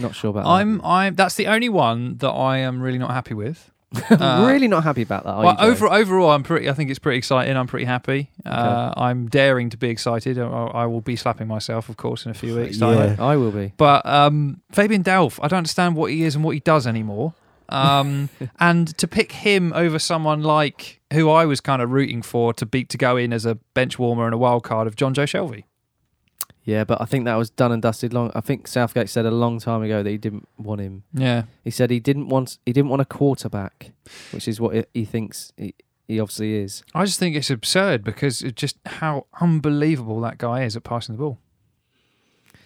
B: Not sure about.
A: I'm I'm. That's the only one that I am really not happy with. Uh,
B: that. really not happy about that. Are
A: well,
B: Oh, you, Joe?
A: over, overall, I'm pretty. I think it's pretty exciting. I'm pretty happy. Uh, I'm daring to be excited. I, I will be slapping myself, of course, in a few weeks' time.
C: Yeah.
B: I will be.
A: But um, Fabian Delph, I don't understand what he is and what he does anymore. Um, and to pick him over someone like who I was kind of rooting for to beat to go in as a bench warmer and a wild card of John Joe Shelby.
B: Yeah, but I think that was done and dusted long. I think Southgate said a long time ago that he didn't want him.
A: Yeah.
B: He said he didn't want. He didn't want a quarterback, which is what he, he thinks he, he obviously is.
A: I just think it's absurd because it's just how unbelievable that guy is at passing the ball. You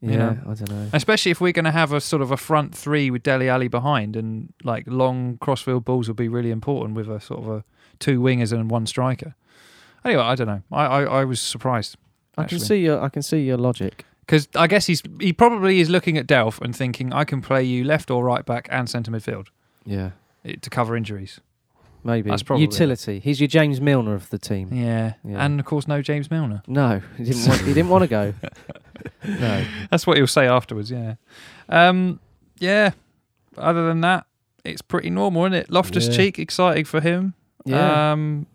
B: Yeah.
A: know.
B: I don't know.
A: Especially if we're going to have a sort of a front three with Deli Ali behind and like long crossfield balls will be really important with a sort of a two wingers and one striker. Anyway, I don't know. I, I, I was surprised.
B: I can
A: actually.
B: see your. I can see your logic.
A: Because I guess he's he probably is looking at Delph and thinking, I can play you left or right back and centre midfield.
B: Yeah.
A: it, to cover injuries.
B: Maybe
A: That's probably it.
B: utility. He's your James Milner of the team.
A: Yeah.
B: Yeah.
A: and of course no James Milner.
B: No, he didn't. Want, he didn't want to go.
A: Uh,
B: No,
A: That's what he'll say afterwards. Yeah, um, yeah. Other than that, it's pretty normal, isn't it? Loftus
C: Yeah.
A: Cheek, exciting for him.
B: yeah.
A: Um,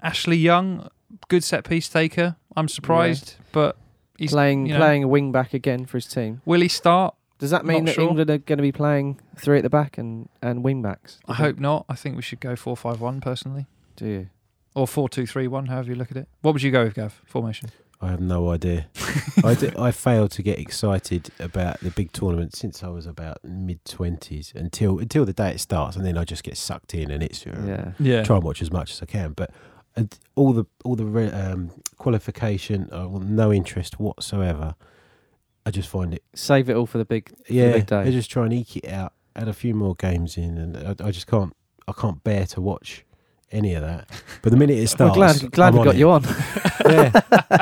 A: Ashley Young, good set piece taker. I'm surprised, but he's
B: playing
A: you know-
B: playing a wing back again for his team.
A: will he start?
B: Does that mean
A: Not
B: that
A: sure.
B: England are going to be playing three at the back and and wing backs?
A: I hope not. I think we should go four five one personally,
B: Do you?
A: or four two three one. However you look at it. What would you go with, Gav? Formation.
C: I have no idea. I, d- I failed to get excited about the big tournament since I was about mid twenties until until the day it starts, and then I just get sucked in, and it's uh,
B: Yeah.
A: Yeah.
C: try and watch as much as I can. But and all the all the re- um, qualification, I want no interest whatsoever. I just find it,
B: Save it all for the big.
C: yeah.
B: big day.
C: I just try and eke it out. Add a few more games in, and I, I just can't. I can't bear to watch any of that. But the minute it
B: We're
C: starts,
B: glad glad
C: I'm
B: we
C: on
B: got
C: it.
B: you on.
C: Yeah,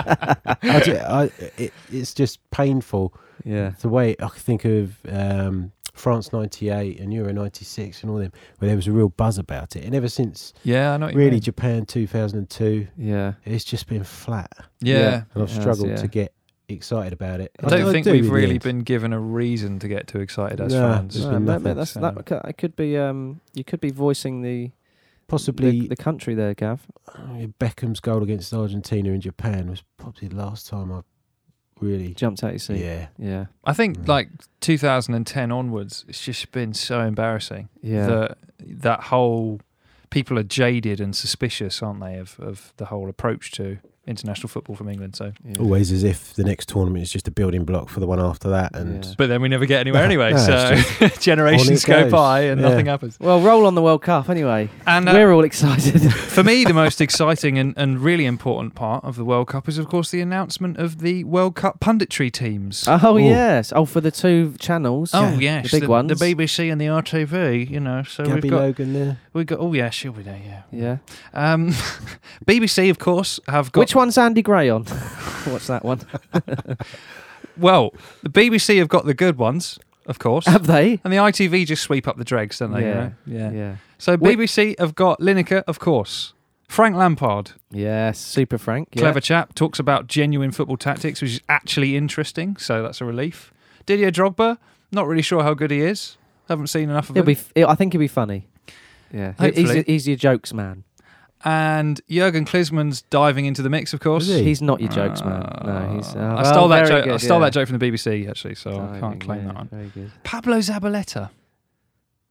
C: I ju- I- it, it's just painful
B: yeah.
C: the way I could think of um, France '98 and Euro '96 and all them, where there was a real buzz about it. And ever since,
A: Yeah, I know. What you
C: really,
A: mean.
C: Japan 2002,
B: Yeah.
C: it's just been flat,
A: yeah.
C: and I've
B: It has,
C: struggled
B: yeah.
C: to get excited about it.
A: I don't think
C: do in
A: we've
C: the
A: really
C: end.
A: been given a reason to get too excited as
C: No,
A: fans.
C: There's
B: No,
C: been
B: mate,
C: nothing,
B: mate, that's,
A: so-
B: that could, it could be. Um, you could be voicing the
C: possibly
B: the, the country there, Gav.
C: uh, Beckham's goal against Argentina in Japan was probably the last time I really.
B: Jumped out, you see.
C: Yeah,
B: Yeah.
A: I think
C: Mm.
A: like 2010 onwards, it's just been so embarrassing
B: Yeah.
A: that that whole people are jaded and suspicious, aren't they, of of the whole approach to international football from England. So,
B: yeah.
C: always as if the next tournament is just a building block for the one after that, and
B: Yeah.
A: but then we never get anywhere
C: No,
A: anyway.
C: no, it's
A: so generations
C: on it
A: go
C: goes.
A: by and
C: Yeah.
A: nothing happens.
B: Well, roll on the World Cup anyway.
A: And uh,
B: We're all excited.
A: for me, the most exciting and, and really important part of the World Cup is, of course, the announcement of the World Cup punditry teams.
B: oh
C: Ooh.
B: yes. Oh, for the two channels.
A: Oh
C: Yeah,
A: yes,
B: the big
A: the,
B: ones.
A: the BBC and the RTV. You know, so
C: Gabby
A: we've got
C: Logan there.
A: we've got. Oh yeah, she'll be there. Yeah.
B: Yeah.
A: Um, BBC, of course, have got.
B: Which one's Andy Gray on? What's that one?
A: Well, the BBC have got the good ones, of course,
B: Have they?
A: and the ITV just sweep up the dregs, don't they? you
B: Yeah.
A: know? yeah.
B: Yeah.
A: So
B: Wh-
A: BBC have got Lineker, of course. Frank Lampard,
B: Yes. Super Frank. Yeah.
A: clever chap, talks about genuine football tactics, which is actually interesting. So that's a relief. Didier Drogba, not really sure how good he is. Haven't seen enough of
B: He'll
A: him.
B: be. F- I think he'll be funny. Yeah. He- He's,
A: Hopefully.
B: a- he's your jokes man.
A: and Jurgen Klinsmann's diving into the mix, of course.
C: Is he?
B: He's not your jokes man. No. He's.
A: Uh,
B: oh,
A: I stole
B: well,
A: that
B: very
A: joke. I
B: good,
A: stole
B: yeah.
A: that joke from the BBC actually, so I can't
B: Diving,
A: claim
B: yeah,
A: that one.
B: Very good.
A: Pablo Zabaleta.
B: Oh.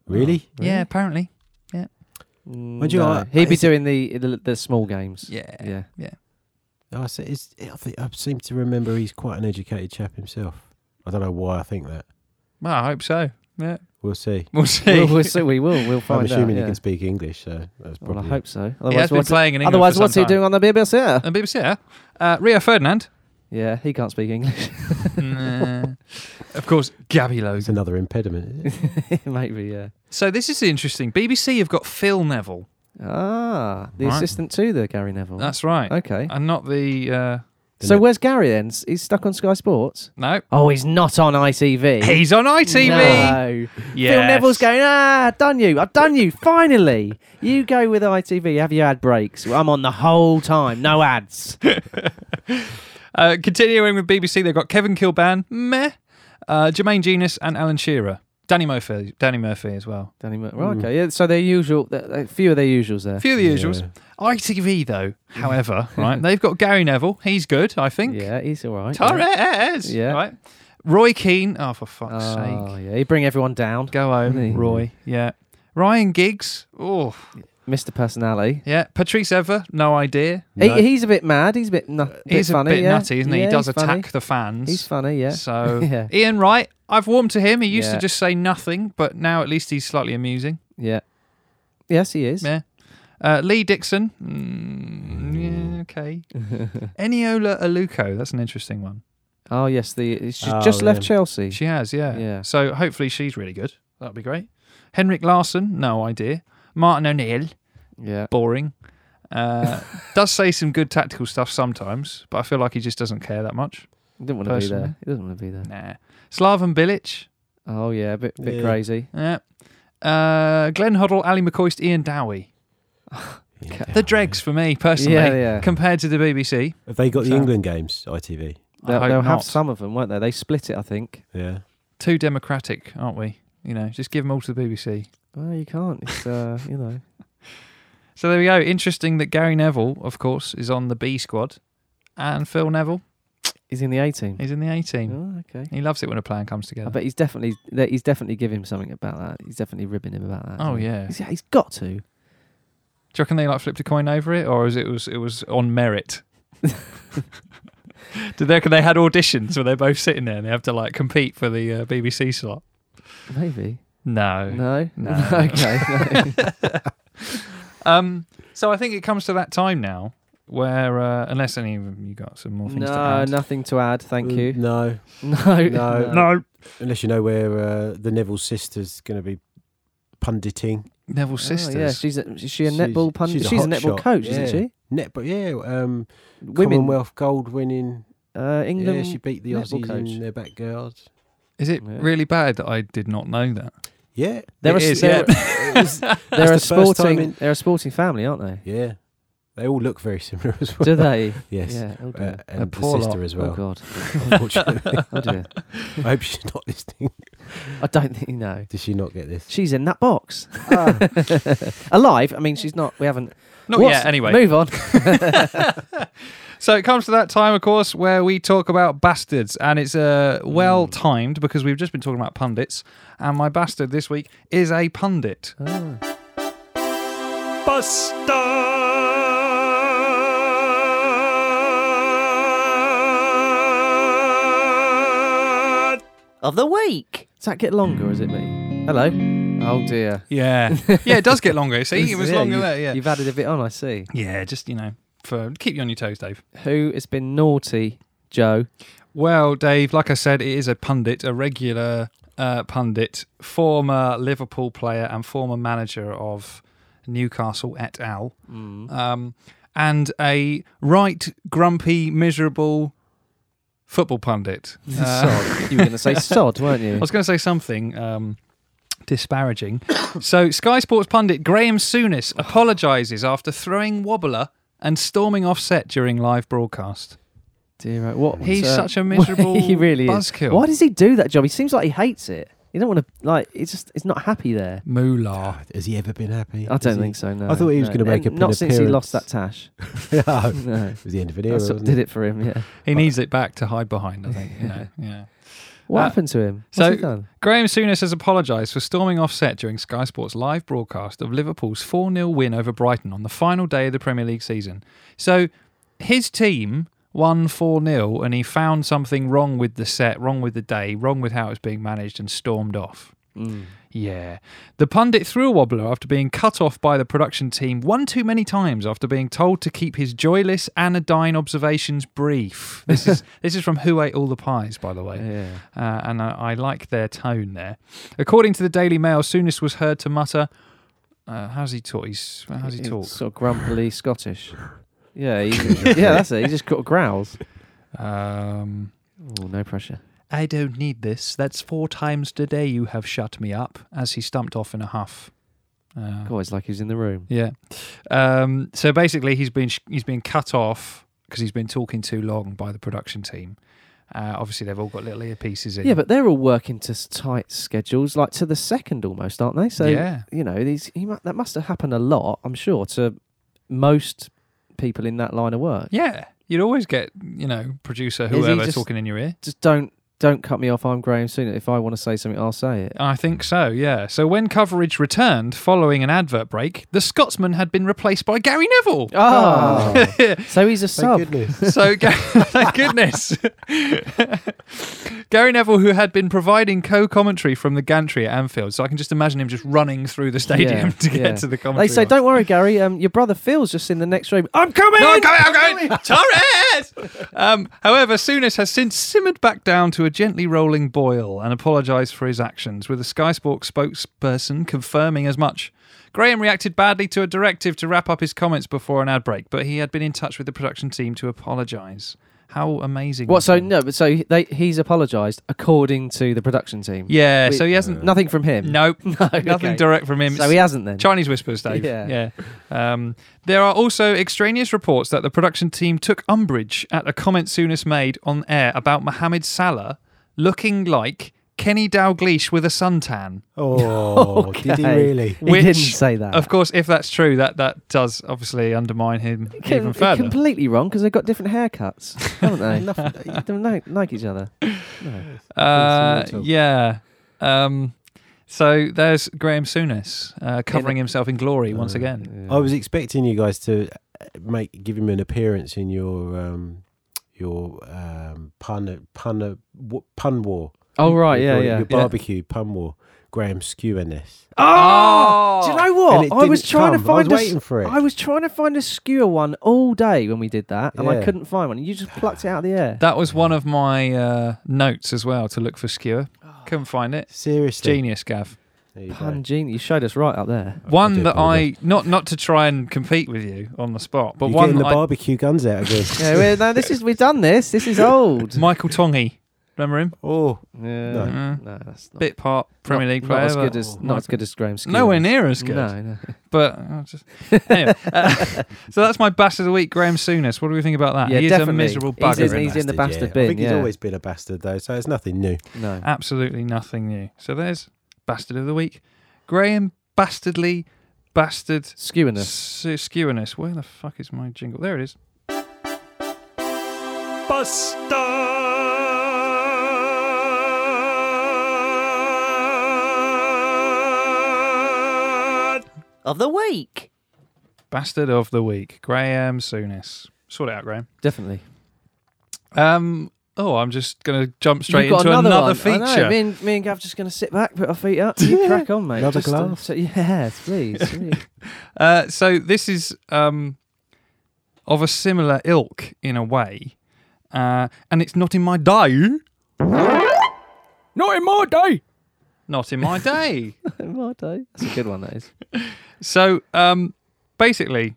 C: Really?
A: Yeah, apparently.
B: Mm,
C: you
B: no.
C: like-
B: He'd be
C: is it-
B: doing the, the the small games.
A: Yeah.
B: Yeah.
C: I, se- is, I, think, I seem to remember he's quite an educated chap himself. I don't know why I think that.
A: Well, I hope so. Yeah.
C: We'll see.
A: We'll see.
B: We'll, we'll, see- we will. We'll find
C: I'm
B: out.
C: assuming
B: yeah.
C: he can speak English, so that's
B: Well,
C: probably.
B: I hope so.
A: he has
B: Otherwise,
A: been
B: what's,
A: playing in England.
B: otherwise,
A: for
B: what's
A: some
B: he
A: time.
B: doing on the BBC?
A: And BBC, yeah. Uh, Rio Ferdinand.
B: Yeah, he can't speak English.
A: Nah. Of course, Gabby
C: it's
A: Logan.
C: another impediment. Isn't it?
B: Maybe, yeah.
A: So this is interesting. BBC have got Phil Neville.
B: Ah, the
A: Right.
B: assistant to the Gary Neville.
A: That's right.
B: okay.
A: And not the. Uh,
B: So
C: it?
B: where's Gary then? S- He's stuck on Sky Sports.
A: no.
B: Oh, he's not on ITV.
A: He's on ITV.
B: No.
A: Yes.
B: Phil Neville's going. Ah, done you. I've done you. Finally, you go with ITV. Have you had breaks? Well, I'm on the whole time. No ads.
A: Uh, continuing with BBC, they've got Kevin Kilban, meh, uh, Jermaine Genius, and Alan Shearer. Danny Murphy, Danny Murphy as well.
B: Danny Mur- right, okay. Yeah. So their usual. A a few of their usuals there.
A: A few of the usuals.
C: Yeah.
A: ITV though, however, right? They've got Gary Neville. He's good, I think.
B: Yeah, he's all right.
A: Torres.
B: Yeah.
A: Right. Roy Keane. Oh, for fuck's
B: Oh,
A: sake.
B: yeah. He bring everyone down.
A: Go home,
B: Really?
A: Roy. Yeah. Ryan Giggs. Oh,
B: Mr. Personality.
A: yeah. Patrice Ever. No idea.
C: No.
B: He, he's a bit mad. He's a bit, nu-
A: He's
B: funny.
A: a bit
B: yeah.
A: nutty, isn't he?
B: Yeah,
A: he does
B: he's funny.
A: attack the fans.
B: He's funny, yeah.
A: So
B: Yeah.
A: Ian Wright, I've warmed to him. He used
B: Yeah.
A: to just say nothing, but now at least he's slightly amusing.
B: Yeah. Yes, he is.
A: Yeah. Uh, Lee Dixon. Mm, yeah, okay. Eniola Aluko. That's an interesting one.
B: Oh, yes. The she's
C: Oh,
B: just left
C: yeah.
B: Chelsea.
A: She has, yeah.
B: Yeah.
A: So hopefully she's really good. That'd be great. Henrik Larsson. No idea. Martin O'Neill.
B: yeah.
A: Boring. Uh, does say some good tactical stuff sometimes, but I feel like he just doesn't care that much.
B: Didn't want to be
A: Personally.
B: there. He doesn't want to be there.
A: Nah. Slaven Bilic.
B: Oh yeah, a bit bit
C: Yeah.
B: crazy.
A: Yeah. Uh, Glenn Hoddle, Ali McCoist, Ian Dowie.
C: Yeah.
A: The dregs for me personally,
B: Yeah, yeah.
A: compared to the BBC.
C: Have they got the
A: So-
C: England games? ITV.
A: I
B: They'll,
A: hope
B: they'll have
A: not.
B: some of them, won't they? They split it, I think.
C: Yeah.
A: Too democratic, aren't we? You know, just give them all to the BBC.
B: Well, you can't. It's uh, you know.
A: So there we go. Interesting that Gary Neville, of course, is on the B squad, and Phil Neville,
B: He's in the A team.
A: he's in the A team.
B: Oh, okay.
A: He loves it when a plan comes
B: I
A: together.
B: bet he's definitely that he's definitely giving him something about that. He's definitely ribbing him about that.
A: Oh
B: isn't he?
A: yeah.
B: He's, he's got to.
A: Do you reckon they like flipped a coin over it, or is it was it was on merit? Did they reckon they had auditions where they're both sitting there and they have to like compete for the uh, BBC slot?
B: Maybe.
A: No.
B: No.
A: No.
B: okay. no.
A: Um. So I think it comes to that time now where, uh, unless any of you got some more things to
B: No,
A: add.
B: nothing to add. Thank
C: Mm,
B: you.
C: No,
B: No.
C: No.
E: No.
C: unless you know where uh, the Neville sisters going to be punditing.
A: Neville
B: Oh,
A: sisters.
B: yeah, she's a, is she a
C: She's-
B: netball pun.
C: she's
B: She's,
C: a
B: a
C: hot
B: netball
C: shot,
B: coach,
C: yeah.
B: isn't she?
C: Net, but yeah, um,
B: Women,
C: Commonwealth gold winning.
B: uh, England.
C: yeah, she beat the
B: netball
C: Aussies
B: coach.
C: in their backyard.
A: Is it
B: Yeah.
A: really bad that I did not know that?
C: Yeah,
B: They're
A: It
B: a-
A: is,
B: they're-
C: It was-
B: They're a
C: That's the first time
B: sporting.
C: in-
B: They're a sporting family, aren't they?
C: yeah, they all look very similar as well.
B: Do they?
C: Yes,
B: Yeah. Oh
C: uh,
B: dear.
C: and
A: A
C: the
A: poor lot.
C: sister as
B: Oh
C: well.
B: god.
C: unfortunately,
B: Oh dear.
C: I hope she's not listening.
B: I don't think no.
C: Did she not get this?
B: She's in that box.
C: Ah.
B: Alive. I mean, she's not. We haven't.
A: Not
B: What's-
A: yet, anyway.
B: Move on.
A: So it comes to that time, of course, where we talk about bastards, and it's uh, well timed because we've just been talking about pundits, and my bastard this week is a pundit.
B: Ah. Of the week. Does that get longer? Is it me? Hello. Oh dear.
A: Yeah, yeah, it does get longer. See, it was
B: Yeah,
A: longer
B: you-
A: there. Yeah,
B: You've added a bit on. I see.
A: yeah, just you know, for keep you on your toes, Dave.
B: Who has been naughty, Joe?
A: Well, Dave, like I said, it is a pundit, a regular uh, pundit, former Liverpool player and former manager of Newcastle et al.
C: Hmm.
B: Ah,
A: Um, and a right grumpy, miserable football pundit. Uh,
B: Sod. You were going to say sod, weren't
A: I
B: you?
A: was going to say something um, disparaging. so, Sky Sports pundit Graham Souness apologises after throwing wobbler and storming off set during live broadcast.
B: Dear, oh, what?
A: He's
B: uh,
A: such a miserable
B: he really is.
A: buzzkill.
B: Why does he do that job? He seems like he hates it. He don't want to like. It's just. It's not happy there.
A: Moolah.
C: Ah, Has he ever been happy?
B: I
C: Has
B: don't
C: he-
B: think so. No.
C: I thought he was
B: no.
C: gonna make
B: And
C: an
B: Not since he lost that
C: appearance.
B: tash.
C: no, it
B: No.
C: was the end of an era.
B: That's what
C: wasn't
B: did
C: it?
B: it for him. Yeah.
A: He needs it back to hide behind, I think. you know, yeah.
B: What
A: Uh,
B: happened to him? What's
A: so-
B: he done?
A: Graham Souness has apologised for storming off set during Sky Sports' live broadcast of Liverpool's 4 0 win over Brighton on the final day of the Premier League season. So his team won 4 0 and he found something wrong with the set, wrong with the day, wrong with how it was being managed and stormed off. Mm, Yeah. The pundit threw a wobbler after being cut off by the production team one too many times after being told to keep his joyless anodyne observations brief. This is this is from Who Ate All the Pies, by the way
B: Yeah.
A: uh, and I, I like their tone there. According to the Daily Mail, Souness was heard to mutter, uh, "How's he talk? He's, how's he
B: It's
A: talk?"
B: Sort of grumpily Scottish. Yeah. He, yeah. That's it. He just got growls.
A: Um,
B: Oh, no pressure.
A: I don't need this. That's four times today you have shut me up. As he stumped off in a huff. Uh,
B: God, it's like he was in the room.
A: Yeah. Um, so basically, he's been sh- he's been cut off because he's been talking too long by the production team. Uh, obviously, they've all got little earpieces in.
B: Yeah, but they're all working to s- tight schedules, like to the second almost, aren't they? So
A: Yeah.
B: you know, these he mu- that must have happened a lot, I'm sure, to most people in that line of work.
A: yeah, you'd always get you know producer
B: he
A: whoever
B: just-
A: talking in your ear.
B: Just don't don't cut me off. I'm Graham Soon. If I want to say something, I'll say it.
A: I think so, yeah. So when coverage returned following an advert break, the Scotsman had been replaced by Gary Neville.
B: Oh,
C: Ah.
B: so he's a
C: Thank
B: sub.
C: goodness.
A: so, Ga- thank goodness. Gary Neville, who had been providing co commentary from the gantry at Anfield. So I can just imagine him just running through the stadium
B: Yeah,
A: to get
B: yeah.
A: to the
B: They
A: commentary.
B: say,
A: box.
B: "Don't worry, Gary. Um, your brother Phil's just in the next room. I'm coming."
A: No, I'm coming, I'm coming. Torres! Um, however, Souness has since simmered back down to a gently rolling boil and apologised for his actions, with a Sky Sports spokesperson confirming as much. Graham reacted badly to a directive to wrap up his comments before an ad break, but he had been in touch with the production team to apologise. How amazing!
B: What?
A: was
B: So
A: that?
B: no, but so they, he's apologised according to the production team.
A: Yeah,
B: We-
A: so he hasn't.
B: Nothing from him.
A: Nope,
B: no,
A: nothing
B: okay.
A: direct from him.
B: So he hasn't then.
A: Chinese whispers, Dave.
B: Yeah.
A: Yeah. Um, there are also extraneous reports that the production team took umbrage at a comment Soonest made on air about Mohamed Salah looking like Kenny Dalglish with a suntan.
C: Oh, did he
B: Okay.
C: really?
B: He didn't
A: Which,
B: say that.
A: Of course, if that's true, that, that does obviously undermine him
B: Com-
A: even further.
B: Completely wrong because they've got different haircuts, haven't they?
C: Nothing-
B: they don't like, like each other. No.
A: Uh,
C: Sentimental.
A: yeah. Um, so there's Graham Souness uh, covering himself in glory once
C: Uh,
A: again.
C: I was expecting you guys to uh, make give him an appearance in your um, your um, pun pun wa- pun war.
B: Oh right,
C: Your-
B: yeah, yeah.
C: Your barbecue pun war. Graham Skewness.
B: Oh, do you know
C: And
B: what?
C: it
B: I was
C: didn't
B: trying to
C: come. I was
B: find a s-
C: waiting for it.
B: I was trying to find a skewer one all day when we did that, and I
C: Yeah.
B: couldn't find one. You just plucked it out of the air.
A: That was one of my uh, notes as well to look for skewer. Couldn't find it.
C: Seriously,
A: Genius, Gav.
C: There you go.
B: Pan genie, you showed us right up there.
A: One
C: do
A: that I
C: apologise.
A: not not to try and compete with you on the spot, but
C: You're
A: one
C: getting
A: that
C: the
A: I-
C: barbecue guns out again.
B: Yeah, we're, no, this is we've done this. This is old.
A: Michael Tongi. Remember him?
C: Oh,
B: Yeah.
C: No.
A: Mm.
B: No, that's not,
A: Bit part Premier
B: not-
A: League
B: Not
A: player.
B: as
A: but
B: good as not as good as Graham. Skewer.
A: nowhere near as good.
B: No, no.
A: But I was just, anyway, uh, so that's my bash of the week, Graham Souness. What do we think about that?
B: Yeah,
A: he
B: definitely.
A: is a miserable
B: He's
A: bugger.
B: in-
A: isn't he?
B: he's in the bastard
C: yeah.
B: bin,
C: I think
B: yeah.
C: he's always been a bastard though, so it's nothing new.
B: no.
A: Absolutely nothing new. So there's bastard of the week, Graham Bastardly Bastard
B: Skewing us.
A: S- Skewerness. Where the fuck is my jingle? There it is.
B: of the week.
A: Bastard of the week, Graham Souness. Sort it out, Graham.
B: Definitely.
A: Um. Oh, I'm just gonna jump straight
B: You've got
A: into another,
B: one. I know.
A: feature.
B: Me and me and Gav just going to sit back, put our feet up, you crack on, mate.
C: Another
B: Just, uh,
C: glass?
B: so- yes, please. really.
A: Uh, so this is um, of a similar ilk in a way, uh, and it's not in my day.
E: Not in my day.
A: Not in my day.
B: My day. That's a good one. That is.
A: so um, basically,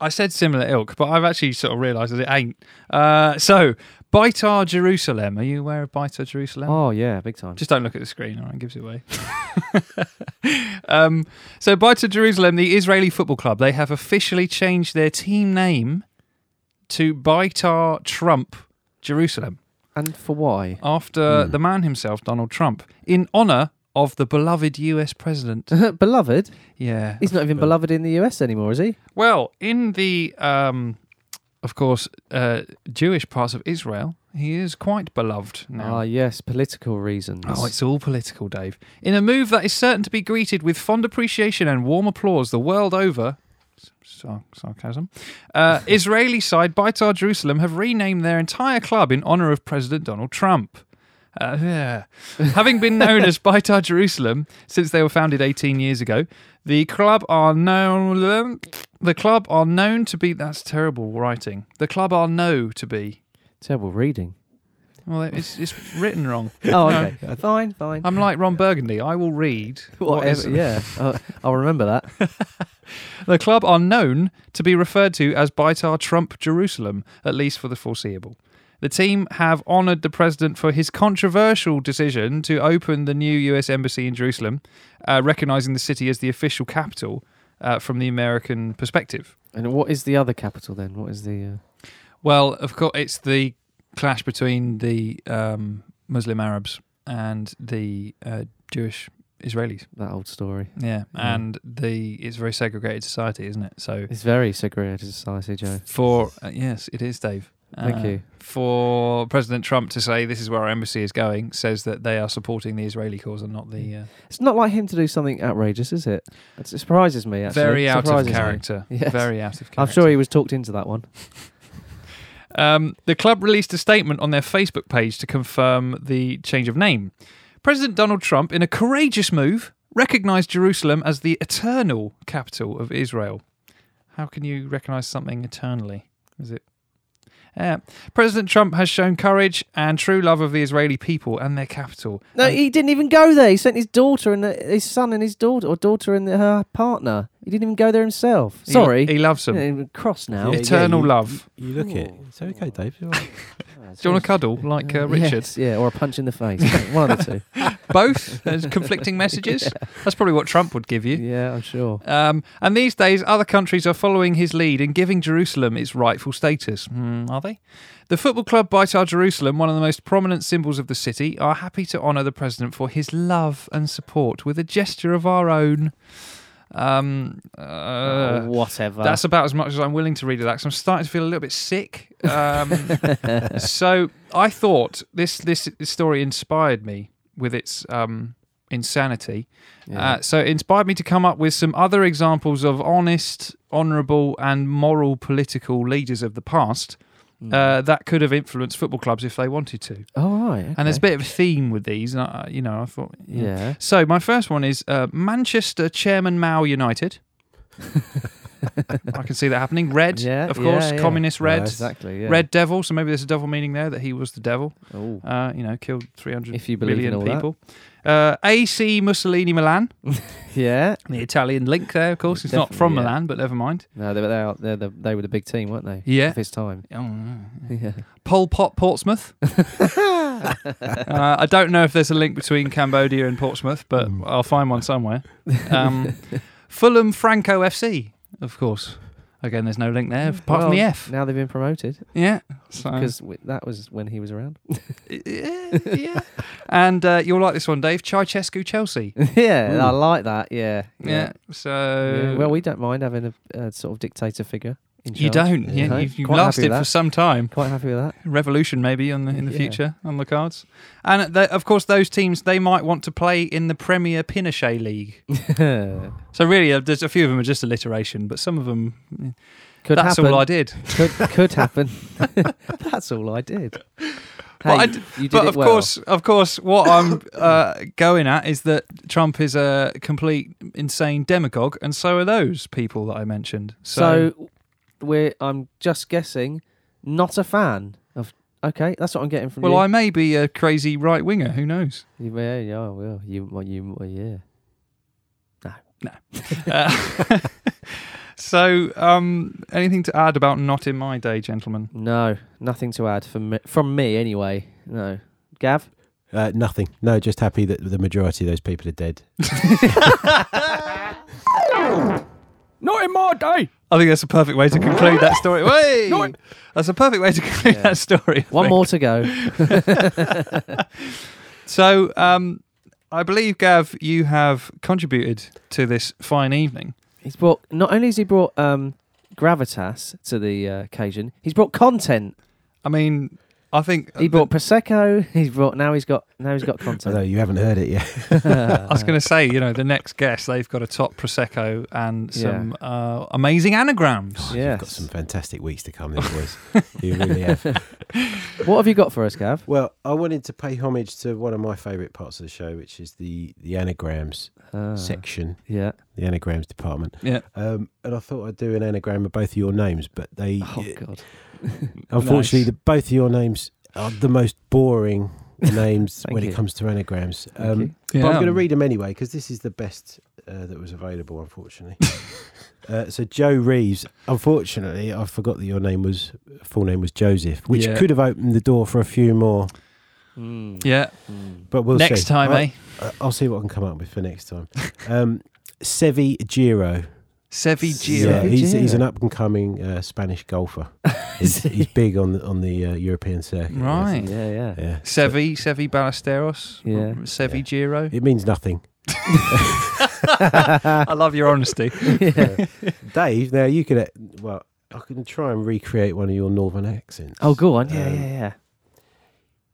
A: I said similar ilk, but I've actually sort of realised that it ain't. Uh, so Baitar Jerusalem. Are you aware of Baitar Jerusalem?
B: Oh yeah, big time.
A: Just don't look at the screen, all right? It gives it away. um, so, Beitar Jerusalem, the Israeli football club, they have officially changed their team name to Beitar Trump Jerusalem
B: and for why?
A: after the man himself, Donald Trump, in honor of the beloved US president.
B: beloved.
A: Yeah.
B: He's not even beloved in the US anymore, is he?
A: Well, in the, um, of course, uh, Jewish parts of Israel, he is quite beloved now.
B: Ah, yes, political reasons.
A: Oh, it's all political, Dave. In a move that is certain to be greeted with fond appreciation and warm applause the world over, sar- sarcasm, uh, Israeli side Beitar Jerusalem have renamed their entire club in honor of President Donald Trump. Uh, yeah. Having been known as Beitar Jerusalem since they were founded 18 years ago, the club are known. The club are known to be. That's terrible writing. The club are know to be.
B: terrible reading.
A: Well, it's, it's written wrong.
B: Oh, okay. fine, fine.
A: I'm like Ron Burgundy. I will read what is-
B: Whatever. yeah, uh, I'll remember that.
A: The club are known to be referred to as Beitar Trump Jerusalem, at least for the foreseeable. The team have honoured the president for his controversial decision to open the new US embassy in Jerusalem, uh, recognising the city as the official capital uh, from the American perspective.
B: And what is the other capital then? What is the? uh,
A: Well, of course, it's the clash between the um, Muslim Arabs and the uh, Jewish Israelis.
B: Uh, that old story.
A: Yeah,
B: Yeah.
A: and the it's a very segregated society, isn't it? So
B: It's very segregated society, Joe.
A: for uh, yes, it is Dave.
B: Thank
A: Uh,
B: you.
A: For President Trump to say this is where our embassy is going says that they are supporting the Israeli cause and not the uh,
B: It's not like him to do something outrageous, is it? It surprises me. Actually,
A: very out of
B: Surprises me.
A: character.
B: Yes.
A: Very out of character.
B: I'm sure he was talked into that one.
A: Um, the club released a statement on their Facebook page to confirm the change of name. President Donald Trump, in a courageous move, recognized Jerusalem as the eternal capital of Israel. How can you recognize something eternally? Is it? Uh, President Trump has shown courage and true love of the Israeli people and their capital.
B: No,
A: And-
B: uh, he didn't even go there. He sent his daughter and the, his son and his daughter, or daughter and her partner. He didn't even go there himself.
A: He-
B: Sorry.
A: He, loves them.
B: Yeah, cross now.
C: Yeah,
A: Eternal
C: you-
A: love.
C: You look it.
B: Oh.
C: It's okay, Dave. You're right.
A: Do you want a cuddle like uh, Richard?
B: Mm. Yes, yeah, or a punch in the face. One of the
A: Both? There's conflicting messages? That's probably what Trump would give
B: two.
A: you.
B: Yeah, I'm sure.
A: Um, and these days, other countries are following his lead in giving Jerusalem its rightful status. Hmm, are they? The football club Beitar Jerusalem, one of the most prominent symbols of the city, are happy to honour the president for his love and support with a gesture of our own. Um, uh,
B: Oh, whatever.
A: that's about as much as I'm willing to read of that 'cause I'm starting to feel a little bit sick. Um, so I thought this this story inspired me with its um, insanity.
B: Yeah.
A: Uh, so it inspired me to come up with some other examples of honest, honourable, and moral political leaders of the past
B: Hmm.
A: uh, that could have influenced football clubs if they wanted to.
B: Mm. oh, right.
A: And there's a
B: okay.
A: bit of a theme with these, and I, you know, I thought,
B: Yeah.
A: So my first one is uh, Manchester Chairman Mao United. I can see that happening. Red,
B: Yeah,
A: of course,
B: yeah, yeah.
A: communist red,
C: Nice.
B: Exactly. Yeah.
A: red devil. So maybe there's a devil meaning there that he was the devil.
B: Oh.
A: Uh, you know, killed 300
B: If you believe in
A: million
B: all that.
A: people. Uh, AC Mussolini Milan,
B: Yeah.
A: the Italian link there. Of course, it's not
B: Definitely,
A: from
B: yeah.
A: Milan, but never mind.
B: No, they were they, are- they're the, they were the big team, weren't they?
A: Yeah.
B: Of his time.
A: Oh, no.
B: Yeah.
A: Pol Pot Portsmouth. uh, I don't know if there's a link between Cambodia and Portsmouth, but
B: Hmm.
A: I'll find one somewhere. Um, Fulham Franco FC, of course. Again, there's no link there apart from the
B: Well,
A: F.
B: Now they've been promoted
A: Yeah. So,
B: because w- that was when he was around.
A: yeah, yeah. And uh, you'll like this one, Dave. Chichescu Chelsea.
B: yeah, I like that. Yeah.
A: Yeah. So.
B: Yeah, Well, we don't mind having a, a sort of dictator figure. In
A: you
B: charge.
A: don't. Yeah,
B: No,
A: you've, you've
B: quite happy
A: lasted
B: with
A: for
B: that.
A: some time.
B: Quite happy with that.
A: Revolution, maybe, on the, in the
B: Yeah.
A: future on the cards. And th- of course, those teams they might want to play in the Premier Pinochet League.
B: Could
A: So really, uh, there's a few of them are just alliteration, but some of them. eh, that's
B: happen.
A: all I did.
B: could could happen. That's all I did.
A: Well, I
B: Hey,
A: d-
B: you did
A: but
B: it
A: of
B: well.
A: course, of course, what I'm uh, going at is that Trump is a complete insane demagogue, and so are those people that I mentioned. So,
B: So, we're. I'm just guessing. Not a fan of. Okay, that's what I'm getting from
A: well,
B: you.
A: I may be a crazy right winger. Who knows?
B: You, yeah, yeah, I will. You, well, you, well, yeah.
A: Uh, so, um, anything to add about not in my day, gentlemen?
B: No, nothing to add from me, from me anyway. No, Gav.
C: uh, nothing. No, just happy that the majority of those people are dead.
E: Not in my day.
A: I think that's a perfect way to conclude that story. Wait, that's a perfect way to conclude
B: Yeah.
A: that story. I
B: One
A: think.
B: more to go.
A: So, um, I believe, Gav, you have contributed to this fine evening.
B: He's brought. Not only has he brought um, gravitas to the uh, occasion, he's brought content.
A: I mean, I think
B: He brought prosecco. He's brought. Now he's got. Now he's got
C: Although
B: content.
C: you haven't heard it yet.
A: I was going to say, you know, the next guest, they've got a top prosecco and
B: Yeah.
A: some uh, amazing anagrams.
B: Yes.
C: Got some fantastic weeks to come, there, boys. you really have.
B: What have you got for us, Gav?
C: Well, I wanted to pay homage to one of my favourite parts of the show, which is the the anagrams
B: Ah,
C: section,
B: Yeah.
C: the anagrams department.
A: Yeah,
C: Um, and I thought I'd do an anagram of both of your names, but they uh,
B: Oh God.
C: Unfortunately,
A: Nice.
C: the, both of your names are the most boring names
B: Thank
C: when
B: you.
C: it comes to anagrams. Um,
B: Thank you.
C: But I'm going to read them anyway because this is the best uh, that was available, unfortunately. uh, so Joe Reeves. Unfortunately, I forgot that your name was full name was Joseph, which
A: Yeah.
C: could have opened the door for a few more.
B: Mm,
A: Yeah,
B: mm.
C: But we'll
A: next
C: see.
A: time,
C: I,
A: eh?
C: I- I'll see what I can come up with for next time. Um, Sevi Giro.
A: Sevi Giro.
C: Yeah,
B: Sevi
C: he's, he's
B: Giro.
C: an up and coming uh, Spanish golfer. he's, he's big on the, on the uh, European circuit.
B: Yeah,
A: Right.
B: yeah.
C: Yeah.
A: Sevi, Sevi Ballesteros.
B: Yeah.
A: Sevi
C: Yeah.
A: Giro.
C: It means nothing.
A: I love your honesty.
C: Dave, now you could, well, I can try and recreate one of your northern accents.
B: Oh, go on. Yeah,
C: Um,
B: yeah,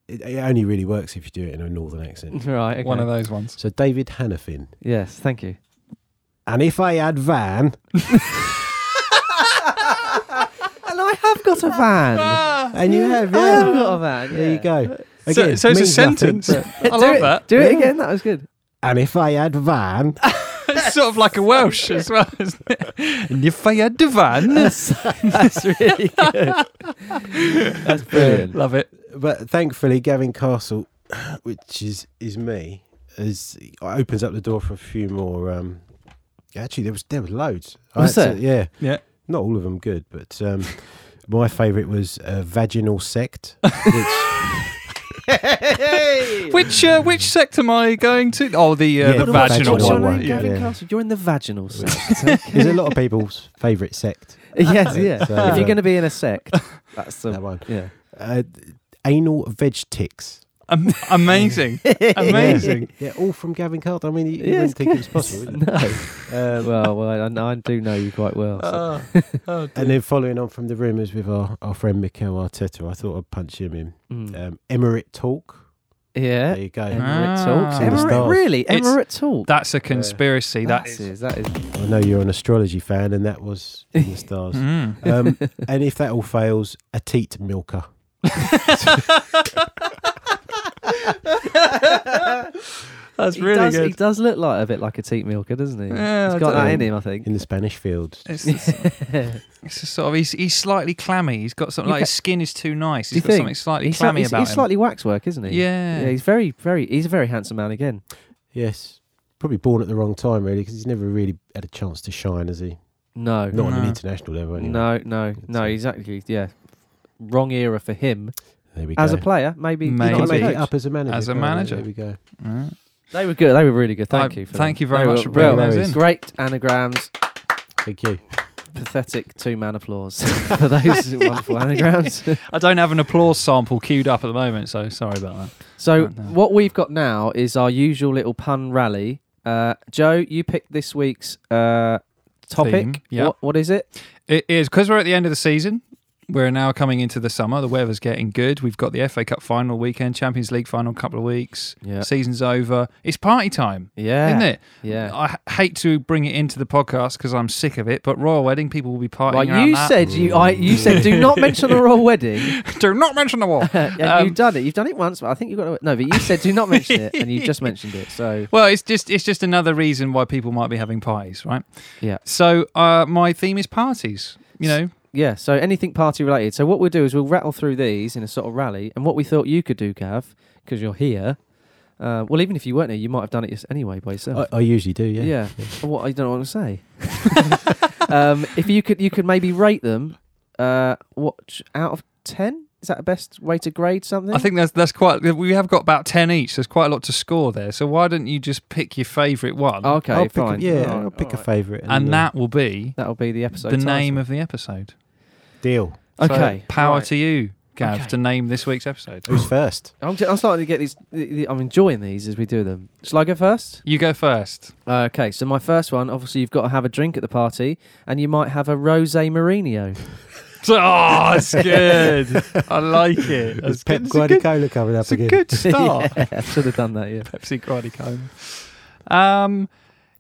C: It, it only really works if you do it in a northern accent.
B: yeah. Right. Okay.
A: One of those ones.
C: So, David Hannafin.
B: Yes. Thank you.
C: And if I had van,
B: And I have got a van.
C: and you have,
B: I have
C: yeah.
B: got a van.
C: There you go.
A: Ah. So,
C: Again,
A: so it's a
C: means nothing,
A: sentence.
C: but-
A: I love that.
B: Do it again. That was good.
C: and if I had van,
A: It's sort of like a Welsh as well, isn't it? And if I had the van.
B: That's really good. That's brilliant.
A: Love it.
C: but thankfully, Gavin Castle, which is is me, is opens up the door for a few more um, Actually, there was there was loads.
B: Was
C: had to-
B: there?
C: yeah,
A: Yeah.
C: not all of them good, but um, my favourite was uh, vaginal sect. Which,
A: Which uh, which sect am I going to? Oh, the uh,
C: Yeah,
A: the
C: the
A: vaginal
C: vaginal
A: one.
C: one.
A: Yeah.
C: Yeah.
B: You're in the vaginal sect.
C: is a lot of people's favourite sect.
B: yes, yeah.
C: It's, uh,
B: if you're going to be in a sect, that's the
C: That one.
B: yeah.
C: Uh, anal veg ticks.
A: Am- amazing, amazing.
C: Yeah, all from Gavin Carter. I mean, you, you
B: Yeah,
C: wouldn't
B: it's
C: think it was
B: good.
C: possible. Would you?
B: No.
C: Um,
B: well, well, I, I do know you quite well. so-
A: Ah.
C: and then following on from the rumours with our, our friend Mikel Arteta, I thought I'd punch him in.
B: Mm.
C: Um, Emirate talk.
B: yeah.
C: There you go.
B: Emirates
A: Ah.
B: Talks.
C: In the
B: Emirate,
C: stars.
B: really?
A: It's-
B: Emirates Talk.
A: That's a conspiracy. That
B: That's
A: is.
B: it, That is.
C: I know you're an astrology fan, and that was in the stars.
A: Mm.
C: um, and if that all fails, a teat milker.
A: That's
B: he does, He does look like a bit like a teat milker, doesn't he?
A: Yeah, I
B: He's got
A: don't
B: that in
C: know.
B: him, I think.
C: in the Spanish fields.
A: It's, it's just sort of he's, he's slightly clammy. He's got something
B: You
A: like
B: ca-
A: his skin is too nice.
B: Do
A: He's got
B: you think?
A: something slightly
B: he's,
A: clammy
B: he's,
A: about
B: he's
A: him.
B: slightly waxwork, isn't he?
A: yeah.
B: he's very, very. He's a very handsome man again.
C: Yes, probably born at the wrong time, really, because he's never really had a chance to shine, has he?
B: No,
C: Not on an
A: No.
C: international level, anyway.
B: no, no, no.
C: it.
B: Exactly. Yeah, wrong era for him
C: There we go.
B: as a player. Maybe,
A: Maybe.
C: Can't
B: not as a
C: make it
B: coach.
C: up as a manager.
A: As a
C: can't I?
A: manager.
C: There we go.
A: Mm.
B: They were good. They were really good. Thank
A: I-
B: you. For
A: thank
B: them.
A: you very
B: They
A: much
B: were
A: for bringing
B: real
A: those in.
B: Great anagrams.
C: Thank you.
B: Pathetic two-man applause for those wonderful anagrams.
A: I don't have an applause sample queued up at the moment, so sorry about that.
B: So
A: Right now.
B: what we've got now is our usual little pun rally. Uh, Joe, you picked this week's uh, topic.
A: Theme, yeah.
B: What, what is it?
A: It is because we're at the end of the season. We're now coming into the summer. The weather's getting good. We've got the FA Cup final weekend, Champions League final couple of weeks.
B: Yeah.
A: Season's over. It's party time,
B: Yeah.
A: isn't it?
B: Yeah.
A: I h- hate to bring it into the podcast because I'm sick of it, but royal wedding people will be partying.
B: well,
A: around
B: you
A: that.
B: said you I, you said do not mention the royal wedding.
A: do not mention the wall.
B: and
A: Um,
B: you've done it. You've done it once, but I think you got to, no. But you said do not mention it, and you just mentioned it. So
A: Well, it's just it's just another reason why people might be having parties, right?
B: Yeah.
A: So uh, my theme is parties. You know,
B: yeah. So anything party related. So what we'll do is we'll rattle through these in a sort of rally, and what we thought you could do, Gav, because you're here. Uh, well, even if you weren't here, you might have done it yours- anyway by yourself.
C: I, I usually do, Uh, yeah.
B: Yeah. What I don't want to say. um, if you could, you could maybe rate them. Uh, what out of ten? Is that the best way to grade something?
A: I think that's that's quite. We have got about ten each. There's quite a lot to score there. So why don't you just pick your favourite one,
B: Okay,
C: I'll pick a-
B: fine.
C: yeah,
B: Alright,
C: I'll pick a
B: alright.
C: favourite.
A: and
C: uh,
A: that will be
B: That'll be the episode.
A: the name
B: title.
A: of the episode.
C: deal.
A: So
B: Okay.
A: power
B: right.
A: to you, Gav,
B: Okay.
A: to name this week's episode.
C: Who's first?
B: I'm, ju- I'm starting to get these. th- th- I'm enjoying these as we do them. Shall I go first?
A: You go first.
B: Uh, Okay, so my first one, obviously, you've got to have a drink at the party, and you might have a rose Mourinho.
A: Oh, it's good. I like it. That's
C: Is Pep
A: good. It's a good-
C: Guardiola coming up
A: It's a
C: again?
A: good start.
B: yeah, I should have done that. Yeah.
A: Pepsi Gradico. Um,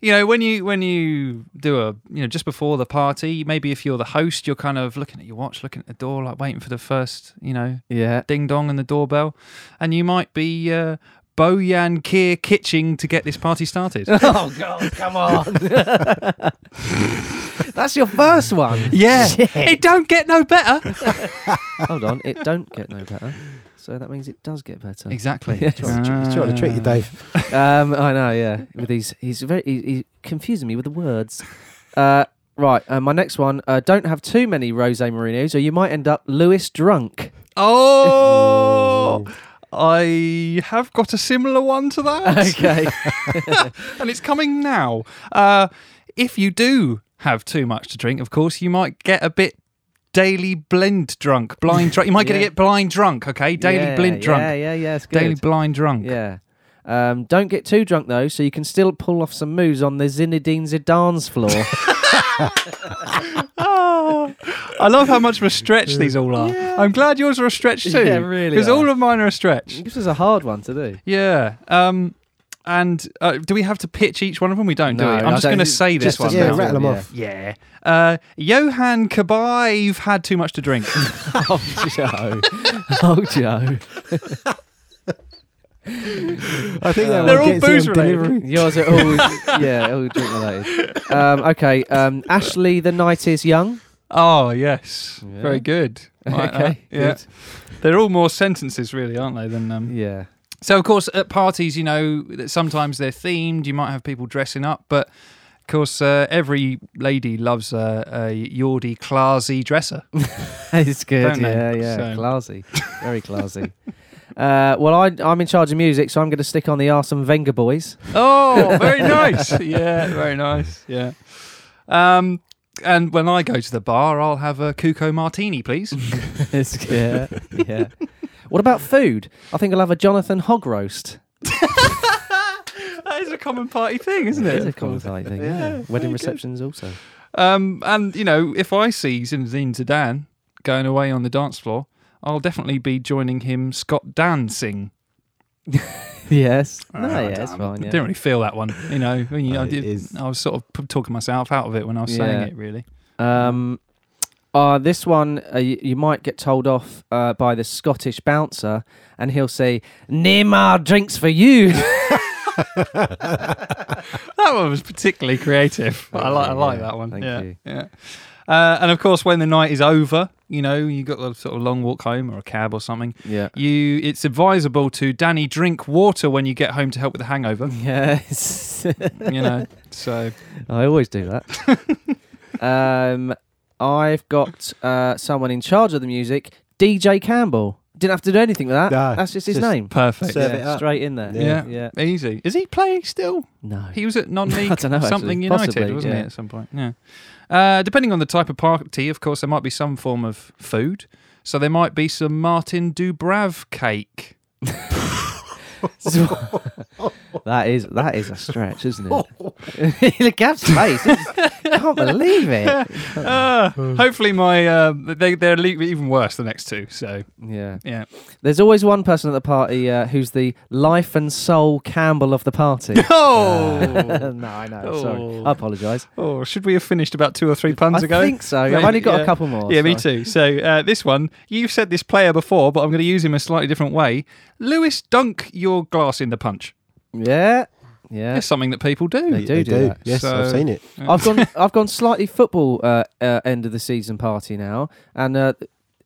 A: you know, when you when you do a you know just before the party, maybe if you're the host, you're kind of looking at your watch, looking at the door, like waiting for the first you know
B: Yeah.
A: ding dong and the doorbell, and you might be uh, Bojan Kier kitching to get this party started.
B: Oh God! Come on. That's your first one.
A: yeah, it don't get no better.
B: Hold on, it don't get no better. So that means it does get better.
A: Exactly. Uh,
B: Yes.
C: He's trying to trick you, Dave.
B: Um, I know, yeah. With these, he's very he, he's confusing me with the words. Uh, right, uh, my next one. Uh, don't have too many rose marinos, or you might end up Lewis drunk.
A: Oh. I have got a similar one to that.
B: Okay.
A: and it's coming now. Uh, if you do have too much to drink, of course, you might get a bit daily blind drunk, blind drunk. You might
B: Yeah.
A: get a bit blind drunk, okay? Daily
B: yeah,
A: blind drunk,
B: Yeah, yeah, yeah. It's good.
A: daily blind drunk.
B: yeah. Um, don't get too drunk though, so you can still pull off some moves on the Zinedine Zidane's floor.
A: Ah, I love how much of a stretch these all are. I'm glad yours are a stretch too.
B: Yeah, really
A: Because
B: are.
A: all of mine are a stretch.
B: this is a hard one to do.
A: Yeah. Um, and uh, do we have to pitch each one of them? We don't,
B: No,
A: do we?
B: I
A: I'm just
B: don't-
A: going to say this
B: just-
A: one
C: yeah,
A: now.
C: rattle 'em
B: Yeah.
C: off.
A: Yeah. Uh, Johan Kabayev had too much to drink.
B: Oh, Joe. Oh, Joe.
C: I think that
A: Um, They're
C: one
A: all
C: gets it on
A: booze related.
C: delivery.
B: Yours are all, yeah, all drink related. Um, okay, um, Ashley, the night is young.
A: Oh yes, very
B: Yeah.
A: good.
C: Uh-uh.
A: Like that.
B: okay,
A: yeah, they're all more sentences, really, aren't they? Than
B: good.
A: um...
B: yeah,
A: so, of course, at parties, you know, that sometimes they're themed. You might have people dressing up, but Of course, uh, every lady loves a, a Yordi classy dresser.
B: it's good.
A: Don't they?
B: Yeah, yeah.
A: So-
B: Classy. Very classy. uh, well, I, I'm in charge of music, so I'm going to stick on the Arsene Wenger boys.
A: Oh, very nice. Yeah, very nice. Yeah. Um, and when I go to the bar, I'll have a Cuco martini, please.
B: It's- yeah, yeah. What about food? I think I'll have a Jonathan hog roast.
A: that is a common party thing, isn't
B: It
A: it?
B: is a common thing. Yeah. Wedding receptions also.
A: Um, and you know, if I see Zinzin Zidane going away on the dance floor, I'll definitely be joining him Scott dancing.
B: Yes. no, yeah, it's
A: damn.
B: fine.
A: Uh, I
B: Yeah.
A: didn't really feel that one, you know. I, mean,
C: Oh,
A: I,
C: it
A: did-
C: is-
A: I was sort of p- talking myself out of it when I was
B: Yeah.
A: saying it, really.
B: Um, uh, this one, uh, you, you might get told off uh, by the Scottish bouncer, and he'll say, Neymar drinks for you.
A: That one was particularly creative. I like, I
B: you,
A: like
B: yeah.
A: that one.
B: Thank
A: yeah,
B: you.
A: yeah. Uh, and of course, when the night is over, you know, you got a sort of long walk home or a cab or something.
B: yeah.
A: You, it's advisable to Danny drink water when you get home to help with the hangover.
B: Yes.
A: you know, so
B: I always do that. um, I've got uh, someone in charge of the music, DJ Campbell. Didn't have to do anything with that.
C: No,
B: That's just his
C: just-
B: name.
A: perfect.
C: Serve it up.
B: straight in there.
A: Yeah.
B: yeah.
A: Easy. Is he playing still?
B: No.
A: He was at non-league
B: I don't know, actually.
A: something United,
B: Possibly,
A: wasn't
B: yeah.
A: he, at some point? Yeah. Uh, depending on the type of party, of course, there might be some form of food. So there might be some Martin Dubrav cake.
B: that is that is a stretch, isn't it? Look at face. Can't believe it.
A: Ah, hopefully, my uh, they they're le- even worse the next two. So
B: Yeah.
A: yeah,
B: There's always one person at the party uh, who's the life and soul Campbell of the party.
A: oh,
B: no, I know. Sorry.
A: Oh.
B: I apologise.
A: oh, should we have finished about two or three puns
B: I
A: ago?
B: think so. I've
A: Maybe,
B: only got
A: yeah.
B: a couple more.
A: yeah, me
B: so-
A: too. So uh, this one, you've said this player before, but I'm going to use him a slightly different way. Lewis, dunk your glass in the punch.
B: Yeah. Yeah.
A: It's something that people do. Uh,
B: They do
C: They
B: do
C: do.
B: that.
C: Yes, I've
A: So-
C: seen it.
B: I've gone. I've gone slightly football uh, uh, end of the season party now, and uh,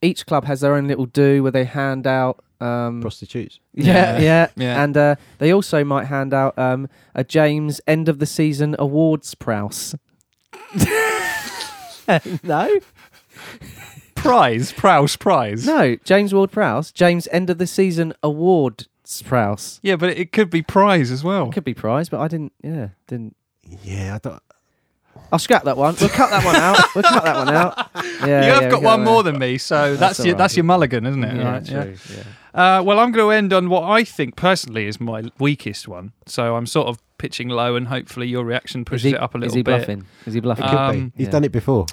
B: each club has their own little do where they hand out. Um,
C: Prostitutes.
B: yeah, yeah,
A: Yeah.
B: yeah,
A: Yeah.
B: and uh, they also might hand out um, a James end of the season awards prouse. no,
A: Prize, Prouse, prize.
B: no, James Ward Prowse, James end of the season awards prouse.
A: Yeah, but it could be prize as well.
B: Could be prize, but I didn't. Yeah, didn't.
C: Yeah, I thought
B: I'll scrap that one. We'll cut that one out. We'll cut that one out. Yeah,
A: you have
B: yeah,
A: got
B: we'll
A: one
B: cut
A: more
B: that
A: than me, so
B: That's
A: that's,
B: all
A: your
B: right.
A: that's your mulligan, isn't it?
B: one out.
A: Right,
B: Yeah, true. Yeah.
A: Uh, well, I'm going to end on what I think personally is my weakest one. So I'm sort of pitching low, and hopefully your reaction pushes
B: is he,
A: it up a little
B: is he
A: bit.
B: bluffing? Is he bluffing?
A: It could Um,
C: he's
B: yeah.
C: done it before.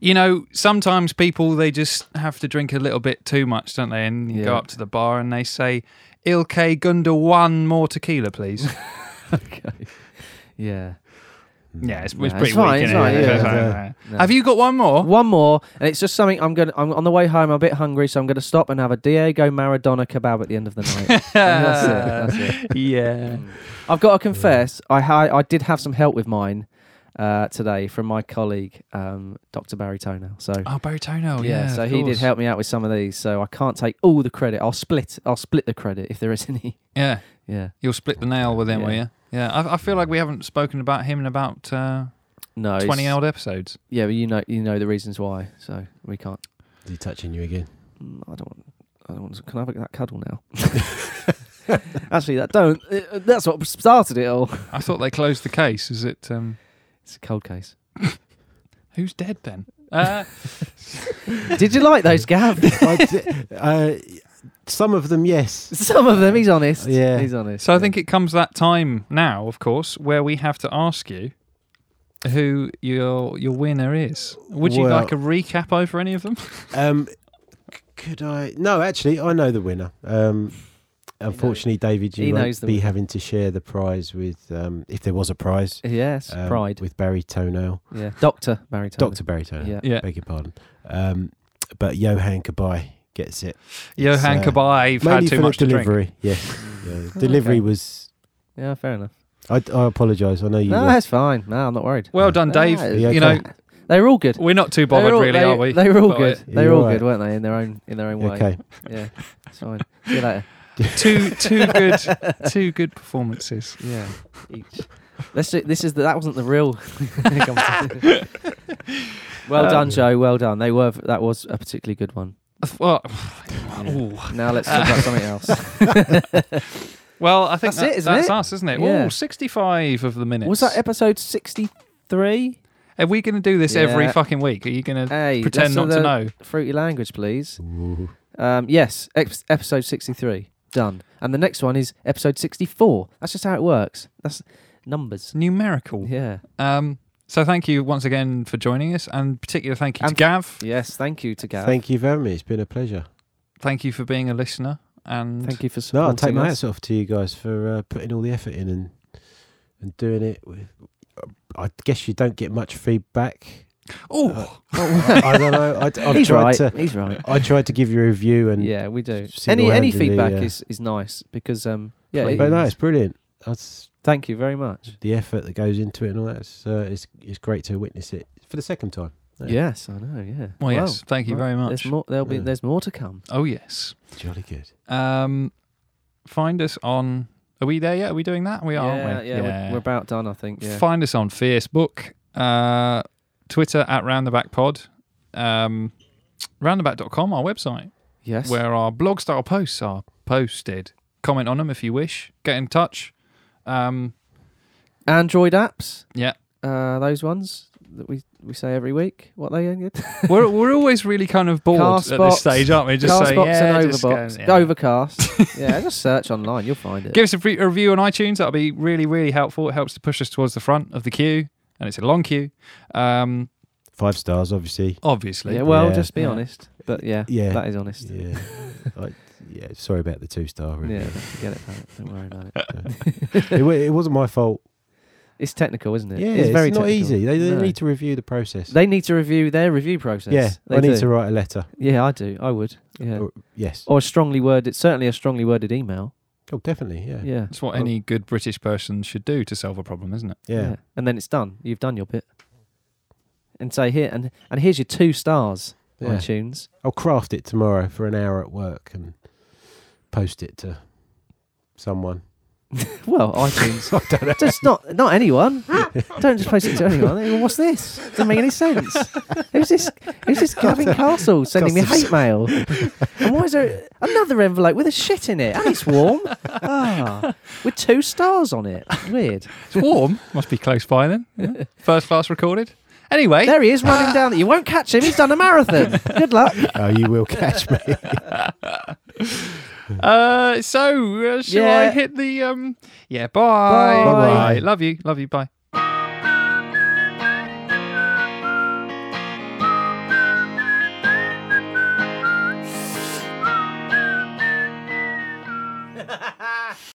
A: You know, sometimes people they just have to drink a little bit too much, don't they? And you
B: Yeah.
A: go up to the bar and they say, "Ilke Gunda, one more tequila, please."
B: okay. Yeah.
A: yeah, it's, it's
B: No, it's
A: pretty weak.
B: fine, it's
A: innit?
B: fine,
C: yeah,
B: yeah.
A: Have you got one more?
B: One more, and it's just something I'm gonna. I'm on the way home. I'm a bit hungry, so I'm gonna stop and have a Diego Maradona kebab at the end of the night. And that's it. That's it.
A: yeah.
B: I've got to confess, I ha- I did have some help with mine uh, today from my colleague, um, Dr. Barry Toner. So.
A: Oh, Baritono. Yeah.
B: so
A: of
B: he did
A: course.
B: help me out with some of these, so I can't take all the credit. I'll split. I'll split the credit if there is any.
A: Yeah.
B: Yeah,
A: You'll split the nail with him,
B: Yeah.
A: will you? Yeah, I, I feel like we haven't spoken about him in about uh,
B: no. it's-
A: twenty odd episodes.
B: Yeah, but you know, you know the reasons why, so we can't.
C: Is he touching you again?
B: Mm, I don't want. I don't want. To, can I have that cuddle now? Actually, that don't. uh, That's what started it all.
A: I thought they closed the case. Is it um,
B: It's a cold case.
A: who's dead then? Uh,
B: Did you like those, Gav?
C: I d- uh, some of them, yes.
B: Some of them. He's honest.
C: Yeah.
B: he's honest.
A: so I think it comes that time now, of course, where we have to ask you who your your winner is. Would you
C: Well-
A: like a recap over any of them?
C: Um, c- could I? No, actually, I know the winner. Um, unfortunately, David,
B: He
C: you
B: knows
C: won't
B: the
C: be
B: winner.
C: having to share the prize with, um, if there was a prize,
B: Yes,
C: um,
B: pride.
C: with Barry Toenail,
B: Yeah, Doctor Barry. Taylor.
C: Doctor Barry Toenail.
B: Yeah.
A: Yeah,
C: Beg your pardon. Um, but Johan Kabai gets it.
A: Johan
C: uh,
A: Kabay. You've had
C: Mainly
A: too
C: for
A: much
C: the
A: to drink.
C: delivery. Yes, yeah. delivery
B: okay.
C: was.
B: Yeah, fair enough.
C: I, I apologise. I know you.
B: No,
C: were-
B: that's fine. No, I'm not worried.
A: Well done,
B: Ah,
A: Dave.
B: are
C: you
A: you know
C: okay?
B: They were all good.
A: we're not too
B: They were
A: bothered,
B: all-
A: really,
B: they,
A: are we?
B: They were all
A: But
B: good. They
C: You're
B: were all
C: right.
B: good, weren't they? In their own, in their own way.
C: okay.
B: Yeah, it's fine. See you later.
A: Two two good two good performances.
B: Yeah, each. Let's do, this is the, that wasn't the real. competition. well
A: Um,
B: done, Joe. Well done. They were that was a particularly good one.
A: Well,
B: Yeah.
A: ooh.
B: Now let's talk about something else.
A: well, I think
B: That's
A: that's,
B: it, isn't
A: that's
B: it?
A: us, isn't it?
B: Yeah.
A: Ooh, 65 of the minutes.
B: was that episode sixty-three?
A: Are we going to do this every
B: Yeah.
A: fucking week? Are you going to
B: Hey,
A: pretend
B: that's
A: not
B: the
A: to know?
B: Fruity language, please.
C: Ooh.
B: Um, yes, ex- episode sixty-three done, and the next one is episode sixty-four. That's just how it works. That's numbers.
A: It's numerical.
B: Yeah.
A: Um, so thank you once again for joining us, and particular thank you
B: And-
A: to Gav.
B: Yes. Thank you to Gav. Thank,
C: Thank you for having me. It's been a pleasure.
A: Thank you for being a listener, and
B: you for
C: No, I
B: supporting
C: take my
B: us.
C: hats off to you guys for uh, putting all the effort in and and doing it. With, I guess you don't get much feedback. Uh,
A: oh,
C: I, I don't know. I, have
B: He's
C: tried
B: right.
C: to.
B: He's right.
C: I tried to give you a review and
B: Yeah, we do. Any any
C: single-handedly,
B: feedback
C: yeah.
B: is, is nice because um yeah.
C: but
B: it-
C: no, it's brilliant. That's
B: Thank you very much.
C: the effort that goes into it and all that. It's, uh, it's it's great to witness it for the second time. Yeah.
B: Yes, I know. Yeah.
A: well, yes, thank you
B: well,
A: very much.
B: There's more. There'll be.
C: Yeah.
B: There's more to come.
A: Oh yes.
C: Jolly good.
A: Um, find us on. Are we there yet? Are we doing that? We are,
B: yeah,
A: aren't we?
B: yeah. We're, we're about done, I think. Yeah.
A: Find us on Facebook, uh, Twitter at Roundabout Pod, um, roundabout.com, our website,
B: yes.
A: where our blog style posts are posted. Comment on them if you wish. Get in touch. Um,
B: Android apps.
A: Yeah.
B: Uh, those ones that we, we say every week. What they again?
A: we're, we're always really kind of bored at
B: Castbox-
A: this stage, aren't we? Just say,
B: Castbox
A: yeah,
B: and
A: just
B: Overbox.
A: go, yeah.
B: Overcast. yeah. Just search online. You'll find it.
A: Give us a, free, a review on iTunes. That'll be really, really helpful. It helps to push us towards the front of the queue, and it's a long queue. Um,
C: Five stars, obviously.
A: obviously.
B: yeah. Well,
C: Yeah.
B: just be
A: Yeah.
B: honest. But yeah.
C: Yeah.
B: That is honest. Yeah.
C: Yeah. I, yeah. Sorry about the two star review.
B: Forget it. About it. Don't worry about it.
C: it, wa- it wasn't my fault.
B: It's technical, isn't it?
C: Yeah,
B: It's
C: it's,
B: very
C: not
B: technical.
C: easy. They, they
B: No.
C: need to review the process.
B: They need to review their review process.
C: yeah,
B: they
C: I need
B: do.
C: to write a letter.
B: Yeah, I do. I would. Yeah.
C: Or- yes.
B: Or a strongly worded, certainly a strongly worded email.
C: Oh, definitely. Yeah. Yeah.
B: Yeah.
A: That's what any good British person should do to solve a problem, isn't it?
B: And then it's done. You've done your bit. And say here and and here's your two stars
C: Yeah.
B: iTunes.
C: I'll craft it tomorrow for an hour at work and post it to someone.
B: Well, iTunes.
C: I don't know.
B: just not not anyone. Don't just post it to anyone. They go, What's this? Doesn't make any sense. Who's this? Who's this Gavin Castle sending me hate mail? And why is there another envelope with a shit in it? And it's warm. Ah, with two stars on it. Weird.
A: It's warm. Must be close by then. Yeah. First class recorded. Anyway,
B: There he is running down. You won't catch him. He's done a marathon. Good luck.
C: oh, you will catch me.
A: uh, so uh, shall
B: Yeah.
A: uh, I hit the um? Yeah, bye.
B: Bye.
A: Love you, love you. Bye.